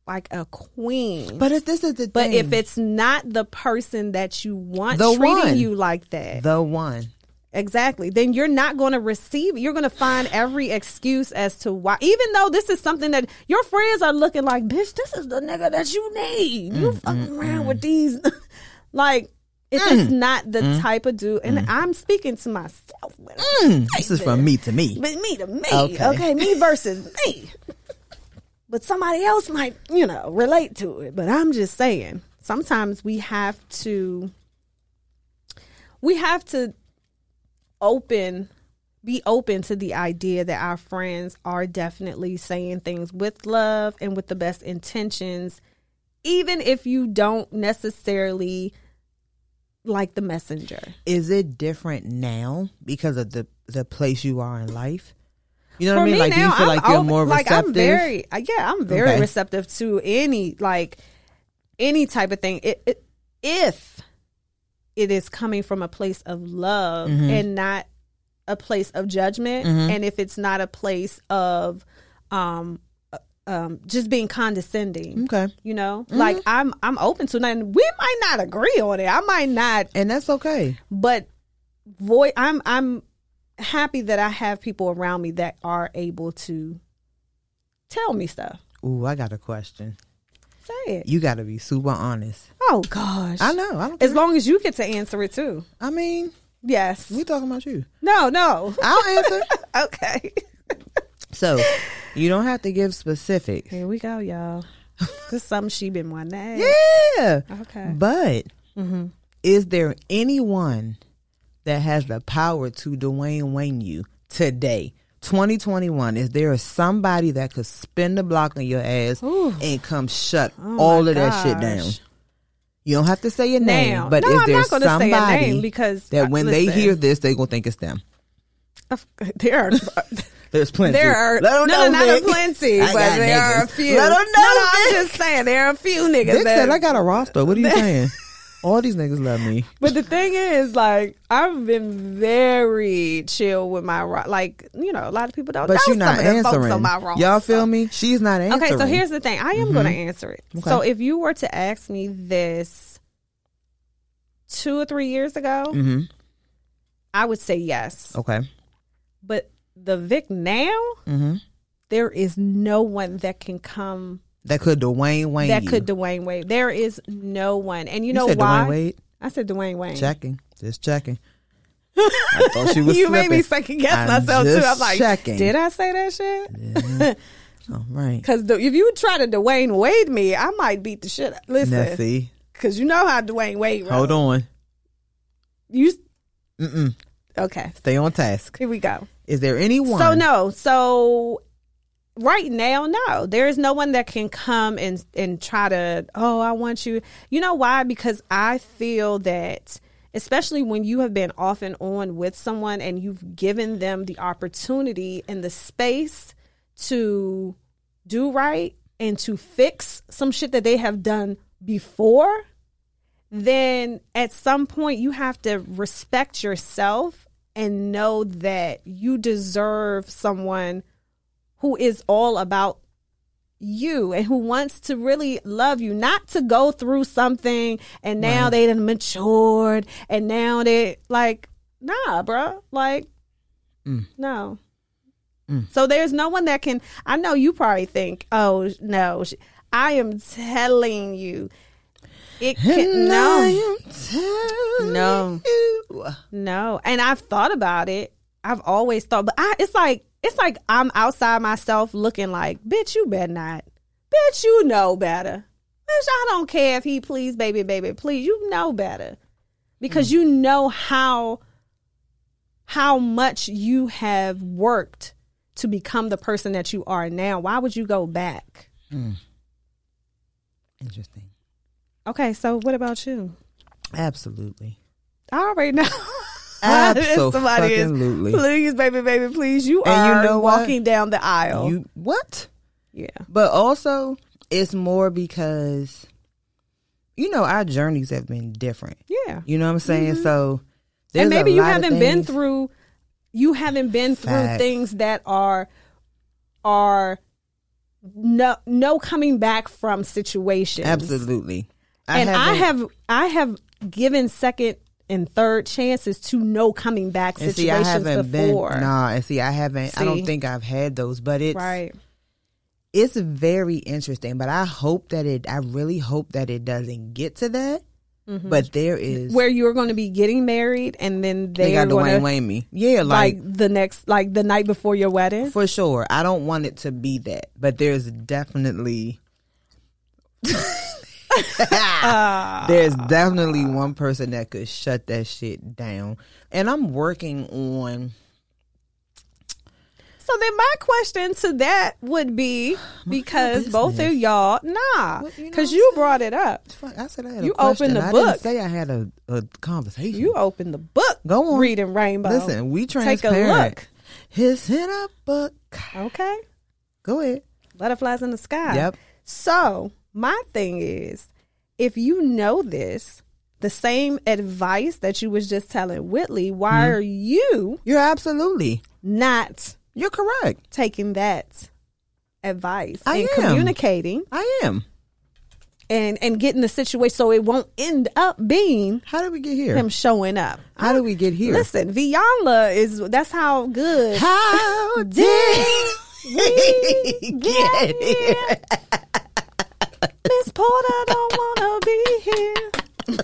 S1: like a queen. But,
S2: But if this is the thing,
S1: if it's not the person that you want
S2: The
S1: treating
S2: one.
S1: you like that,
S2: the one,
S1: exactly, then you're not going to receive. You're going to find every excuse as to why, even though this is something that your friends are looking like, bitch, this is the nigga that you need. You
S2: Mm,
S1: fucking around with these, <laughs> like. If it's
S2: Mm.
S1: not the type of dude, and I'm speaking to myself, when I
S2: this is from me to me.
S1: but me to me, okay.
S2: Okay.
S1: me
S2: <laughs>
S1: versus me. But somebody else might, you know, relate to it. But I'm just saying, sometimes we have to, we have to open, be open to the idea that our friends are definitely saying things with love and with the best intentions, even if you don't necessarily like the messenger.
S2: Is it different now because of the the place you are in life? You know what I mean? Like, do you feel like you're
S1: open-
S2: more
S1: like,
S2: receptive?
S1: I'm very, uh, yeah, I'm very
S2: Okay.
S1: receptive to any like any type of thing. It, it,
S2: Mm-hmm.
S1: if it is coming from a place of love and not a place of judgment and if it's not a place of um uh, um just being condescending
S2: Okay. Mm-hmm.
S1: you know like i'm i'm open to nothing we might not agree on it i might not
S2: And that's okay.
S1: but voice i'm i'm happy that i have people around me that are able to tell me stuff
S2: Ooh, I got a question.
S1: say it
S2: You got to be super honest.
S1: oh gosh
S2: I know. I don't.
S1: as
S2: Care.
S1: long as you get to answer it too
S2: I mean,
S1: yes
S2: we talking about you.
S1: no no <laughs>
S2: I'll answer.
S1: okay
S2: so you don't have to give specifics.
S1: here we go y'all this is something she been wanting to ask.
S2: Yeah.
S1: Okay.
S2: But
S1: Mm-hmm.
S2: is there anyone that has the power to Dwayne Wayne you today? 2021, is there somebody that could spin the block on your ass and come shut all
S1: Oh my
S2: of that shit down?
S1: gosh.
S2: You don't have to say your
S1: Now.
S2: name, but
S1: No,
S2: is
S1: I'm
S2: there
S1: not gonna say a
S2: somebody
S1: name because, uh,
S2: that when they
S1: listen.
S2: hear this, they gonna think it's them? <laughs>
S1: there are
S2: There's plenty.
S1: There are
S2: Let 'em
S1: no, no,
S2: know,
S1: not
S2: Vic.
S1: a plenty,
S2: I
S1: but
S2: got
S1: there
S2: niggas.
S1: are a few.
S2: Let 'em
S1: no,
S2: know,
S1: no, I'm
S2: Vic.
S1: just saying there are a few niggas.
S2: Vic
S1: that,
S2: said, "I got a roster." What are
S1: <laughs>
S2: you saying? All these niggas love me.
S1: but the thing is, like, I've been very chill with my ro- like, you know, a lot of people don't.
S2: But
S1: know
S2: you're
S1: some
S2: not
S1: of the folks
S2: answering.
S1: on my roster.
S2: Y'all feel me? She's not answering. Mm-hmm.
S1: Okay, so here's the thing. I am going to answer it. So if you were to ask me this two or three years ago,
S2: Mhm.
S1: I would say yes.
S2: Okay.
S1: But the Vic now,
S2: Mhm.
S1: there is no one that can come
S2: That could Dwayne Wayne.
S1: that
S2: you.
S1: could Dwayne Wade. There is no one, and you,
S2: You
S1: know
S2: said
S1: why?
S2: Dwayne Wade.
S1: I said Dwayne Wayne.
S2: Checking.
S1: <laughs>
S2: Just checking. I thought she was
S1: you
S2: slipping.
S1: made me second guess
S2: I'm
S1: myself too.
S2: just
S1: I'm like,
S2: checking.
S1: did I say that shit?
S2: All right.
S1: Because if you try to Dwayne Wade me, I might beat the shit.
S2: Now
S1: Listen,
S2: see.
S1: because you know how Dwayne Wade. Rolls.
S2: Hold on.
S1: You
S2: Mm-mm.
S1: okay?
S2: Stay on task.
S1: Here we go.
S2: Is there anyone?
S1: So no, so right now, no, there is no one that can come and and try to. Oh, I want you. You know why? Because I feel that, especially when you have been off and on with someone and you've given them the opportunity and the space to do right and to fix some shit that they have done before then at some point you have to respect yourself and know that you deserve someone who is all about you and who wants to really love you, not to go through something and now they done matured and now they like, nah, bruh. Like, no. So there's no one that can. I know you probably think, oh, no. sh- I am telling you. It can,
S2: And
S1: no.
S2: I am telling
S1: No.
S2: you.
S1: No, and I've thought about it. I've always thought, but I it's like it's like I'm outside myself, looking like, bitch, you better not, bitch, you know better, bitch, I don't care if he please, baby, baby, please, you know better, because you know how how much you have worked to become the person that you are now. Why would you go back?
S2: Interesting.
S1: Okay, so what about you?
S2: Absolutely.
S1: I already know. <laughs> Somebody is,
S2: Abso-fucking-lutely.
S1: Please, baby, baby, please. You
S2: And you
S1: are
S2: know what?
S1: walking down the aisle.
S2: You what?
S1: yeah.
S2: But also, it's more because, you know, our journeys have been different.
S1: Yeah. Mm-hmm.
S2: You know what I'm saying? So, there's
S1: and maybe
S2: a
S1: you
S2: lot of
S1: haven't been
S2: things-
S1: through you haven't been through
S2: Facts.
S1: things that are are no no coming back from situations.
S2: Absolutely.
S1: and I
S2: haven't-
S1: have I have given second and third chances to no coming back
S2: and
S1: situations
S2: see, I haven't
S1: before.
S2: been. Nah, and see, I haven't. I
S1: See?
S2: don't think I've had those, but it's
S1: Right.
S2: it's very interesting. But I hope that it. I really hope that it doesn't get to that. But there is
S1: Mm-hmm. Where you're going to be getting married and then
S2: they
S1: they're
S2: got
S1: going
S2: Dwayne
S1: to
S2: Wayne me. Yeah,
S1: like,
S2: like
S1: the next like the night before your wedding.
S2: For sure. I don't want it to be that, but there's definitely <laughs> there's definitely one person that could shut that shit down. And I'm working on
S1: So then my question to that would
S2: <sighs>
S1: be because both of y'all nah
S2: Well, you know
S1: because
S2: what
S1: you, brought it up.
S2: Fuck, I said I had a
S1: You
S2: question.
S1: opened the
S2: I
S1: book.
S2: didn't say I had a, a conversation.
S1: You opened the book.
S2: Go on.
S1: reading Rainbow.
S2: Listen, we
S1: Take
S2: transparent.
S1: a look.
S2: It's in a book.
S1: Okay.
S2: Go ahead.
S1: Butterflies in the sky.
S2: Yep.
S1: So my thing is, if you know this, the same advice that you was just telling Whitley. Why
S2: Hmm.
S1: are you
S2: You're absolutely.
S1: not
S2: You're correct.
S1: taking that advice
S2: I
S1: and
S2: am.
S1: communicating
S2: I am.
S1: and and getting the situation so it won't end up being
S2: How did we get here?
S1: him showing up?
S2: How did we get here?
S1: Listen, Vianla is that's how good. <laughs>
S2: How did we
S1: get
S2: get
S1: here?
S2: here?
S1: Miss Porter don't wanna be here.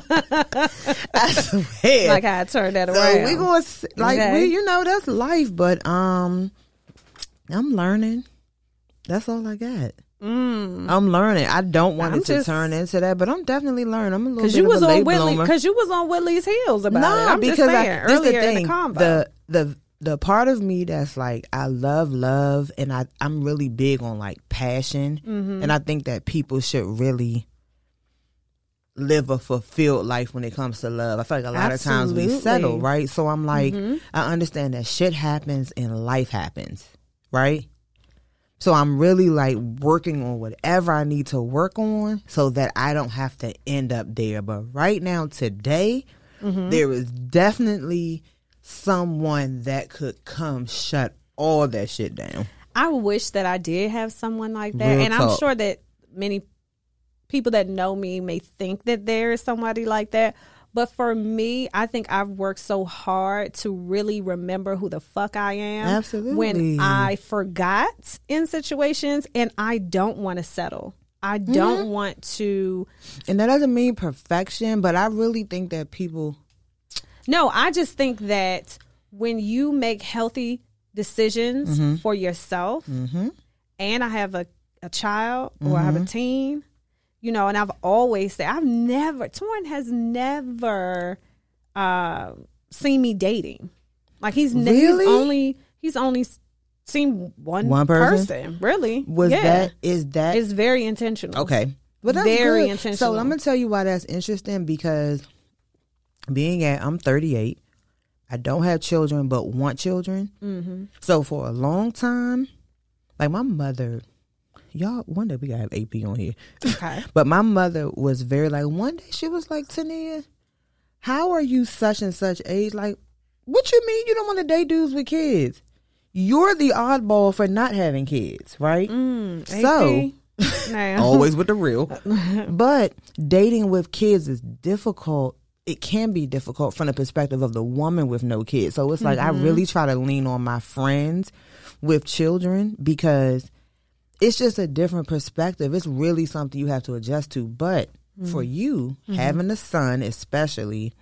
S2: <laughs> I swear.
S1: Like I turned that
S2: so
S1: around.
S2: we going like
S1: Okay.
S2: we you know that's life, but um, I'm learning. That's all I got. Mm. I'm learning. I don't want
S1: I'm
S2: it to
S1: just-
S2: turn into that, but I'm definitely learning. I'm a little bit
S1: Cause you
S2: of
S1: was
S2: a
S1: on
S2: late
S1: Whitley,
S2: bloomer.
S1: cause you was on Whitley's heels about it. I'm just saying
S2: this
S1: earlier in the convo.
S2: the the the part of me that's like I love love, and I I'm really big on like passion,
S1: Mm-hmm.
S2: and I think that people should really live a fulfilled life when it comes to love. I feel like a lot of times we settle,
S1: Absolutely. Mm-hmm.
S2: right? So I'm like, I understand that shit happens and life happens, right? So I'm really like working on whatever I need to work on so that I don't have to end up there. But right now, today,
S1: Mm-hmm.
S2: there is definitely someone that could come shut all that shit down.
S1: I wish that I did have someone like that,
S2: Real
S1: and I'm
S2: talk.
S1: sure that many people that know me may think that there is somebody like that. But for me, I think I've worked so hard to really remember who the fuck I am.
S2: Absolutely.
S1: When I forgot in situations, and I don't want to settle. I don't
S2: Mm-hmm.
S1: want to.
S2: And that doesn't mean perfection, but I really think that people
S1: No, I just think that when you make healthy decisions
S2: Mm-hmm.
S1: for yourself, and I have a, a child or I have
S2: Mm-hmm.
S1: a teen, you know, and I've always said, I've never, Torn has never uh, seen me dating. Like he's, ne- he's
S2: Really?
S1: only, he's only s- seen one,
S2: One person?
S1: really.
S2: was
S1: Yeah.
S2: that is that
S1: It's very intentional.
S2: Okay. But that's
S1: Very
S2: good.
S1: intentional.
S2: So I'm gonna tell you why that's interesting because being at I'm 38, I don't have children but want children.
S1: Mm-hmm.
S2: So for a long time, like my mother, y'all. One day we gotta have AP on here. <clears throat>
S1: Okay.
S2: But my mother was very like. One day she was like, Tania, how are you such and such age? Like, what you mean you don't want to date dudes with kids? You're the oddball for not having kids, right?
S1: Mm,
S2: so
S1: AP?
S2: <laughs>
S1: now.
S2: always with the real. but dating with kids is difficult. It can be difficult from the perspective of the woman with no kids. So it's like I really try to lean on my friends with children because it's just a different perspective. It's really something you have to adjust to. But for you, having a son, especially,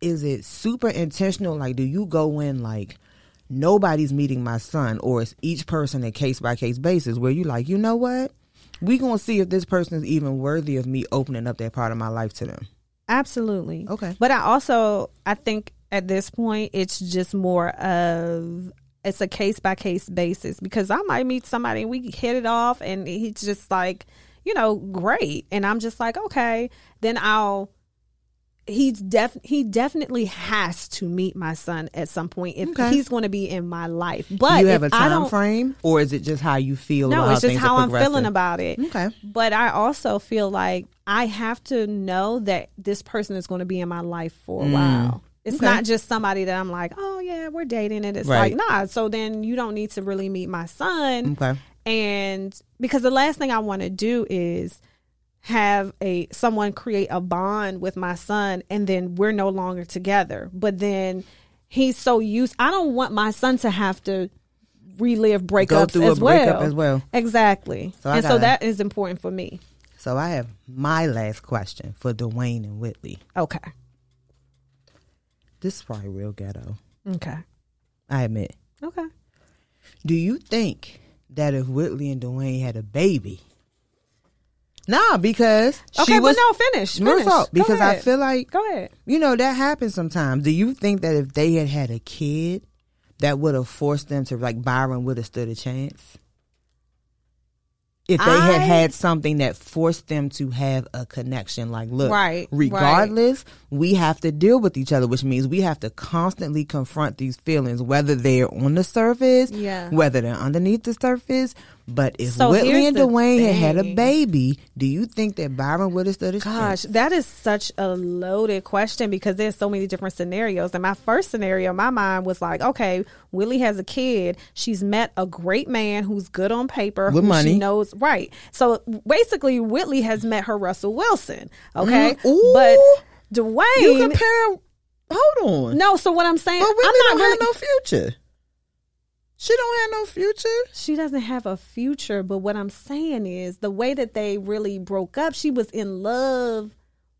S2: is it super intentional? Like, do you go in like nobody's meeting my son, or it's each person a case by case basis where you like, you know what? We gonna see if this person is even worthy of me opening up that part of my life to them.
S1: Absolutely.
S2: Okay.
S1: But I also I think at this point it's just more of it's a case by case basis because I might meet somebody and we hit it off and he's just like, you know, great. And I'm just like, okay, then I'll he's def he definitely has to meet my son at some point if
S2: Okay.
S1: he's going to be in my life. But
S2: do you have
S1: if
S2: a
S1: I
S2: time
S1: don't,
S2: frame, or is it just how you feel?
S1: no,
S2: about
S1: it's just
S2: things
S1: how
S2: are
S1: I'm feeling
S2: progressing?
S1: about it.
S2: Okay.
S1: But I also feel like I have to know that this person is going to be in my life for a while. It's
S2: Mm. Okay.
S1: not just somebody that I'm like, oh yeah, we're dating, and it's
S2: Right.
S1: like, nah. So then you don't need to really meet my son,
S2: Okay.
S1: and because the last thing I want to do is have a someone create a bond with my son, and then we're no longer together. But then he's so used. I don't want my son to have to relive breakups
S2: through a
S1: as well.
S2: breakup as well.
S1: Exactly.
S2: So I
S1: and so
S2: gotta-
S1: that is important for me.
S2: So I have my last question for Dwayne and Whitley.
S1: Okay.
S2: This is probably real ghetto.
S1: Okay.
S2: I admit.
S1: Okay.
S2: Do you think that if Whitley and Dwayne had a baby? Nah, because
S1: Okay,
S2: she
S1: but
S2: was
S1: no, finish.
S2: Real
S1: finish.
S2: talk,
S1: Go
S2: because I
S1: ahead.
S2: feel like
S1: Go ahead.
S2: you know that happens sometimes. Do you think that if they had had a kid, that would have forced them to like Byron would have stood a chance? If they
S1: I-
S2: had had something that forced them to have a connection, like look,
S1: Right, right.
S2: regardless, we have to deal with each other, which means we have to constantly confront these feelings, whether they're on the surface,
S1: Yeah.
S2: whether they're underneath the surface. But if
S1: So
S2: Whitley
S1: here's
S2: and
S1: the
S2: Dwayne had had a
S1: thing.
S2: baby, do you think that Byron would have stood a
S1: Gosh,
S2: chance?
S1: that is such a loaded question because there's so many different scenarios. And my first scenario, my mind was like, okay, Willie has a kid. She's met a great man who's good on paper,
S2: With
S1: who
S2: money.
S1: she knows right. So basically, Whitley has met her Russell Wilson. Okay,
S2: Mm, ooh.
S1: but Dwayne,
S2: You compare. Hold on.
S1: no. So what I'm saying,
S2: but Whitley
S1: I'm not
S2: don't
S1: really.
S2: have no future. She don't have no future.
S1: she doesn't have a future, but what I'm saying is the way that they really broke up, she was in love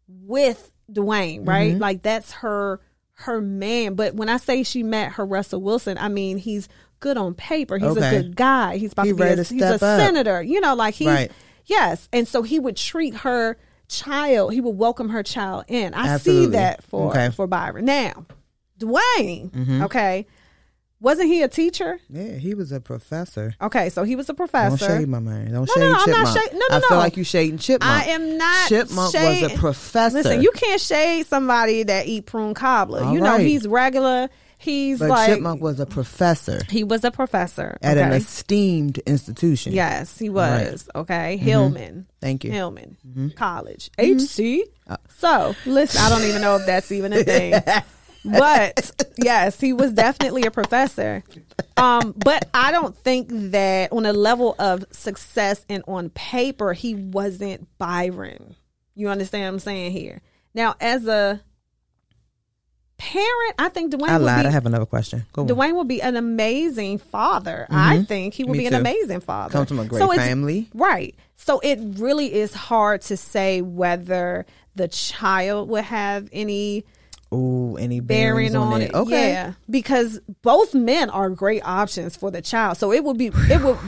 S1: with Dwayne, right?
S2: Mm-hmm.
S1: Like that's her her man. But when I say she met her Russell Wilson, I mean he's good on paper. He's
S2: Okay.
S1: a good guy. He's about
S2: He
S1: to be a,
S2: ready to
S1: he's a
S2: step up.
S1: senator. You know, like he's
S2: Right.
S1: yes. And so he would treat her child, he would welcome her child in. I
S2: Absolutely.
S1: see that for
S2: Okay. Mm-hmm.
S1: for Byron. Now, Dwayne, okay. Wasn't he a teacher?
S2: Yeah, he was a professor.
S1: Okay, so he was a professor.
S2: Don't shade my man. Don't
S1: No,
S2: shade
S1: no, I'm
S2: Chipmunk.
S1: not shade- no, no,
S2: I feel
S1: no.
S2: like you shading Chipmunk.
S1: I am not
S2: Chipmunk was
S1: shade-
S2: a professor.
S1: Listen, you can't shade somebody that eat prune cobbler.
S2: All
S1: you know
S2: right.
S1: he's regular. He's
S2: But
S1: like
S2: Chipmunk was a professor
S1: he was a professor
S2: at an
S1: okay?
S2: esteemed institution.
S1: Yes, he was. Okay, Hillman.
S2: Mm-hmm. Thank you. Mm-hmm. Uh,
S1: Hillman College, HC. So listen, I don't even know if that's even a
S2: <laughs>
S1: thing, but yes, he was definitely a professor. Um, but I don't think that on a level of success and on paper, he wasn't Byron. You understand what I'm saying here? Now, as a parent, I think Dwayne
S2: I
S1: would
S2: lied.
S1: be
S2: I have another question. Go on.
S1: Dwayne will be an amazing father. I think he will
S2: Mm-hmm. Me
S1: be
S2: too.
S1: an amazing father.
S2: Comes from a great
S1: it's-
S2: family.
S1: Right. So it really is hard to say whether the child would have any
S2: Ooh, any bearings
S1: bearing
S2: on,
S1: on
S2: it?
S1: it.
S2: Okay.
S1: Yeah. Because both men are great options for the child. So it would be it would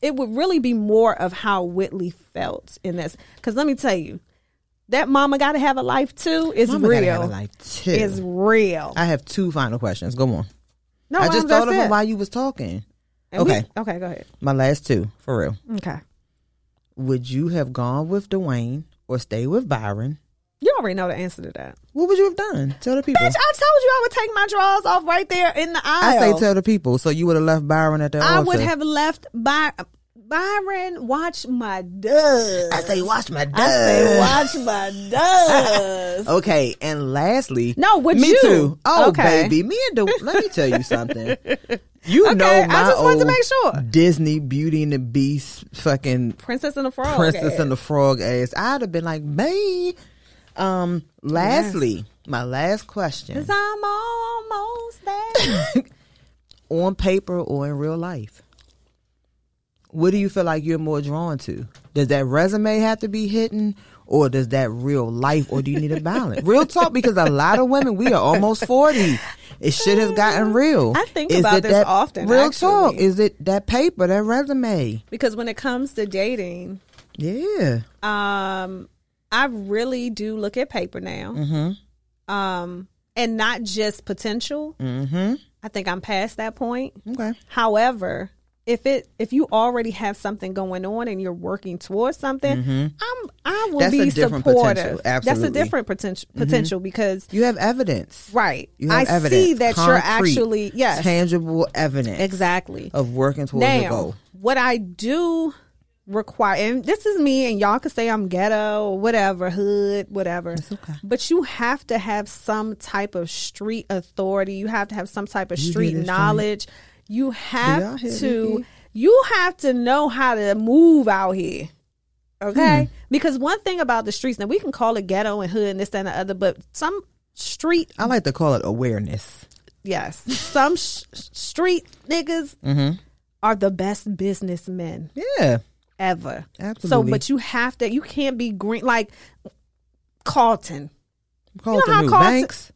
S1: it would really be more of how Whitley felt in this. Cause let me tell you, that mama gotta have a life too is
S2: Mama gotta have a
S1: real.
S2: life too.
S1: Is real.
S2: I have two final questions. Go on.
S1: no,
S2: I
S1: that's
S2: just thought of
S1: it.
S2: it while you was talking.
S1: And we-
S2: okay.
S1: okay, go ahead.
S2: My last two, for real.
S1: Okay.
S2: Would you have gone with Dwayne or stay with Byron?
S1: You already know the answer to that.
S2: What would you have done? Tell the people.
S1: Bitch, I told you I would take my drawers off right there in the
S2: I
S1: aisle.
S2: say tell the people. So you would have left Byron at the
S1: I
S2: altar.
S1: would have left By- Byron watch my dubs.
S2: I say, watch my dog.
S1: I say watch my dubs.
S2: Okay, and lastly,
S1: No, would
S2: me
S1: you?
S2: too. Oh,
S1: Okay.
S2: baby, me and the. let me tell you something.
S1: <laughs>
S2: You
S1: Okay,
S2: know
S1: I
S2: my
S1: just wanted to
S2: old
S1: make sure.
S2: Disney Beauty and the Beast, fucking
S1: Princess and the Frog.
S2: Princess
S1: ass.
S2: and the Frog ass. I'd have been like, babe. Um, lastly, my last question
S1: 'Cause I'm almost
S2: <laughs>
S1: there.
S2: on paper or in real life, what do you feel like you're more drawn to? Does that resume have to be hidden? Or does that real life, or do you need a balance? real talk, because a lot of women, we are almost 40. It shit has gotten real.
S1: Mm, I think about
S2: it
S1: this often,
S2: Real
S1: actually.
S2: talk. Is it that paper, that resume?
S1: because when it comes to dating,
S2: Yeah.
S1: um, I really do look at paper now. Mm-hmm. Um, and not just potential. Mm-hmm. I think I'm past that point.
S2: Okay.
S1: However, if it if you already have something going on and you're working towards something, I'm I will
S2: Mm-hmm. That's a
S1: be
S2: different potential,
S1: supportive. That's
S2: absolutely.
S1: a different potential potential because
S2: You have evidence.
S1: right,
S2: You
S1: I
S2: have evidence.
S1: see that you're
S2: Concrete,
S1: actually yes,
S2: Tangible evidence.
S1: exactly.
S2: Of working towards a
S1: Now,
S2: goal.
S1: what I do require, and this is me, and y'all can say I'm ghetto, whatever, hood, whatever.
S2: okay.
S1: But you have to have some type of street authority. You have to have some type of
S2: You hear
S1: street
S2: this, Johnny?
S1: knowledge. You
S2: y'all
S1: have
S2: hear
S1: to.
S2: this?
S1: You have to know how to move out here.
S2: Hmm.
S1: Okay? Because one thing about the streets, now we can call it ghetto and hood and this, that, and the other, but some street
S2: I like to call it awareness.
S1: yes, some sh- street niggas
S2: Mm-hmm.
S1: are the best businessmen
S2: Yeah.
S1: ever. So,
S2: Absolutely.
S1: but you have to. You can't be green like Carlton.
S2: Call
S1: You
S2: it
S1: know how
S2: the new
S1: Carlton- <laughs>
S2: banks.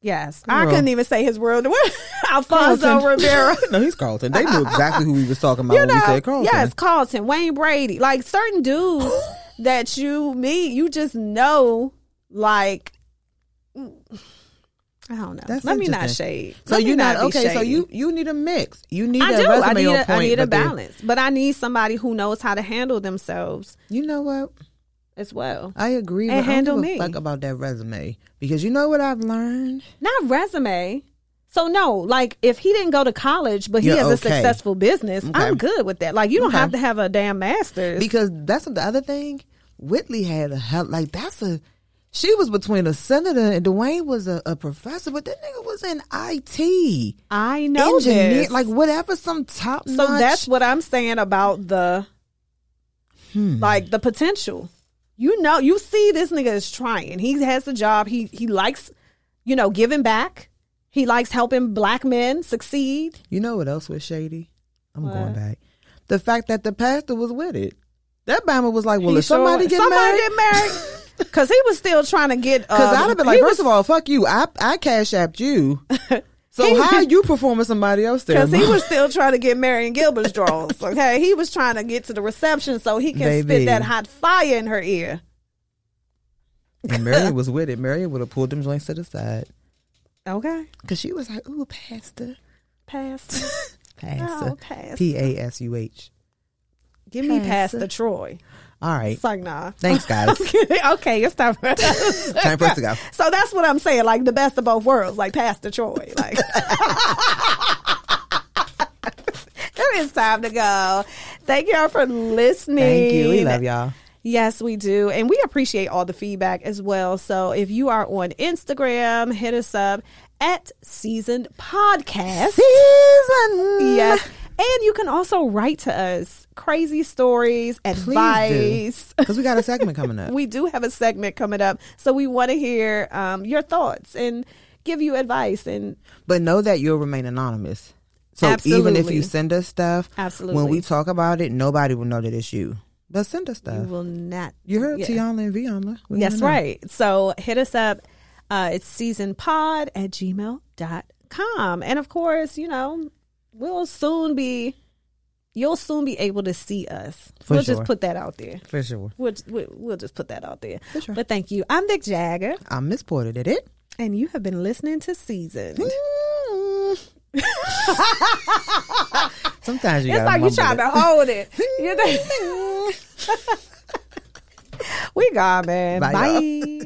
S1: Yes, I
S2: Girl.
S1: couldn't even say his real name. <laughs> Alfonso
S2: <laughs>
S1: Rivera.
S2: no, he's Carlton. They knew exactly who we was talking about
S1: You
S2: when
S1: <laughs>
S2: we
S1: know,
S2: Oh, said Carlton.
S1: yes, Carlton, Wayne Brady, like certain
S2: <gasps>
S1: dudes that you meet, you just know, like. I don't know.
S2: That's
S1: Let me not
S2: interesting.
S1: shade.
S2: So
S1: Let me
S2: you're not,
S1: be
S2: okay. So
S1: shady.
S2: you you need a mix. You need
S1: I
S2: a
S1: do.
S2: resume
S1: I need
S2: on
S1: a,
S2: point.
S1: I need a
S2: but then-
S1: balance, but I need somebody who knows how to handle themselves
S2: You know what?
S1: as well.
S2: I agree.
S1: And
S2: with,
S1: handle
S2: I don't give a
S1: me.
S2: fuck about that resume because you know what I've learned.
S1: Not resume. So no, like if he didn't go to college, but he
S2: You're
S1: has a
S2: okay.
S1: successful business, I'm
S2: Okay.
S1: good with that. Like you don't
S2: Okay.
S1: have to have a damn master's.
S2: because that's the other thing. Whitley had a hell like that's a. She was between a senator and Dwayne was a, a professor, but that nigga was in IT,
S1: I know
S2: engineer,
S1: this.
S2: like whatever, some top
S1: so
S2: notch.
S1: that's what I'm saying about the
S2: Hmm.
S1: like the potential. You know, you see this nigga is trying. He has a job. He he likes, you know, giving back. He likes helping black men succeed.
S2: You know what else was shady? I'm going back. The fact that the pastor was with it. That Bama was like, well,
S1: He
S2: if
S1: sure-
S2: somebody get
S1: somebody
S2: married,
S1: get married. <laughs> Cause he was still trying to
S2: <laughs>
S1: get.
S2: because
S1: um,
S2: I'd have been like,
S1: he
S2: first
S1: was-
S2: of all, fuck you. I I cash
S1: <laughs>
S2: apped you. So
S1: He-
S2: how you performing somebody else there?
S1: Because he was still trying to get Marion Gilbert's draws. Okay, he was trying to get to the reception so he can
S2: Baby.
S1: spit that hot fire in her ear.
S2: <laughs> and Mary was with it. Mary would have pulled them joints to the side
S1: Okay,
S2: because she was like, ooh, pastor,
S1: past.
S2: pastor,
S1: Oh, pastor.
S2: P A S U H.
S1: Give me past
S2: Pastor.
S1: the Troy.
S2: All right,
S1: It's like nah.
S2: thanks
S1: <laughs>
S2: guys.
S1: okay, you're <laughs> stopping.
S2: Time for us to go.
S1: <laughs> so that's what I'm saying. Like the best of both worlds. Like past the Troy. Like. <laughs> It is time to go. Thank y'all for listening.
S2: Thank you. We love y'all.
S1: Yes, we do. And we appreciate all the feedback as well. So if you are on Instagram, hit us up at Seasoned Podcast.
S2: Season.
S1: Yes. And you can also write to us crazy stories, advice.
S2: because we got a segment coming
S1: <laughs>
S2: up.
S1: We do have a segment coming up. So we want to hear um, your thoughts and give you advice. And
S2: But know that you'll remain anonymous. So even if
S1: Absolutely.
S2: you send us stuff,
S1: Absolutely.
S2: when we talk about it, nobody will know that it's you. But send us
S1: you
S2: stuff.
S1: will not.
S2: Uh, You heard
S1: Yeah.
S2: Tiana and Viana. We
S1: That's
S2: wanna know.
S1: right. So hit us up. Uh, it's seasonpod at gmail.com. And of course, you know, we'll soon be, you'll soon be able to see us.
S2: For
S1: we'll
S2: sure.
S1: just put that out there.
S2: For sure.
S1: We'll, we'll, we'll just put that out there.
S2: For sure.
S1: But thank you. I'm Vic Jagger,
S2: I Miss Porter
S1: <laughs>
S2: did it.
S1: and you have been listening to Season.
S2: Sometimes you
S1: It's
S2: gotta
S1: like you
S2: mumble
S1: trying
S2: it.
S1: to hold <laughs> it. You think- <laughs> we gone, man.
S2: Bye, y'all.
S1: Bye. <laughs>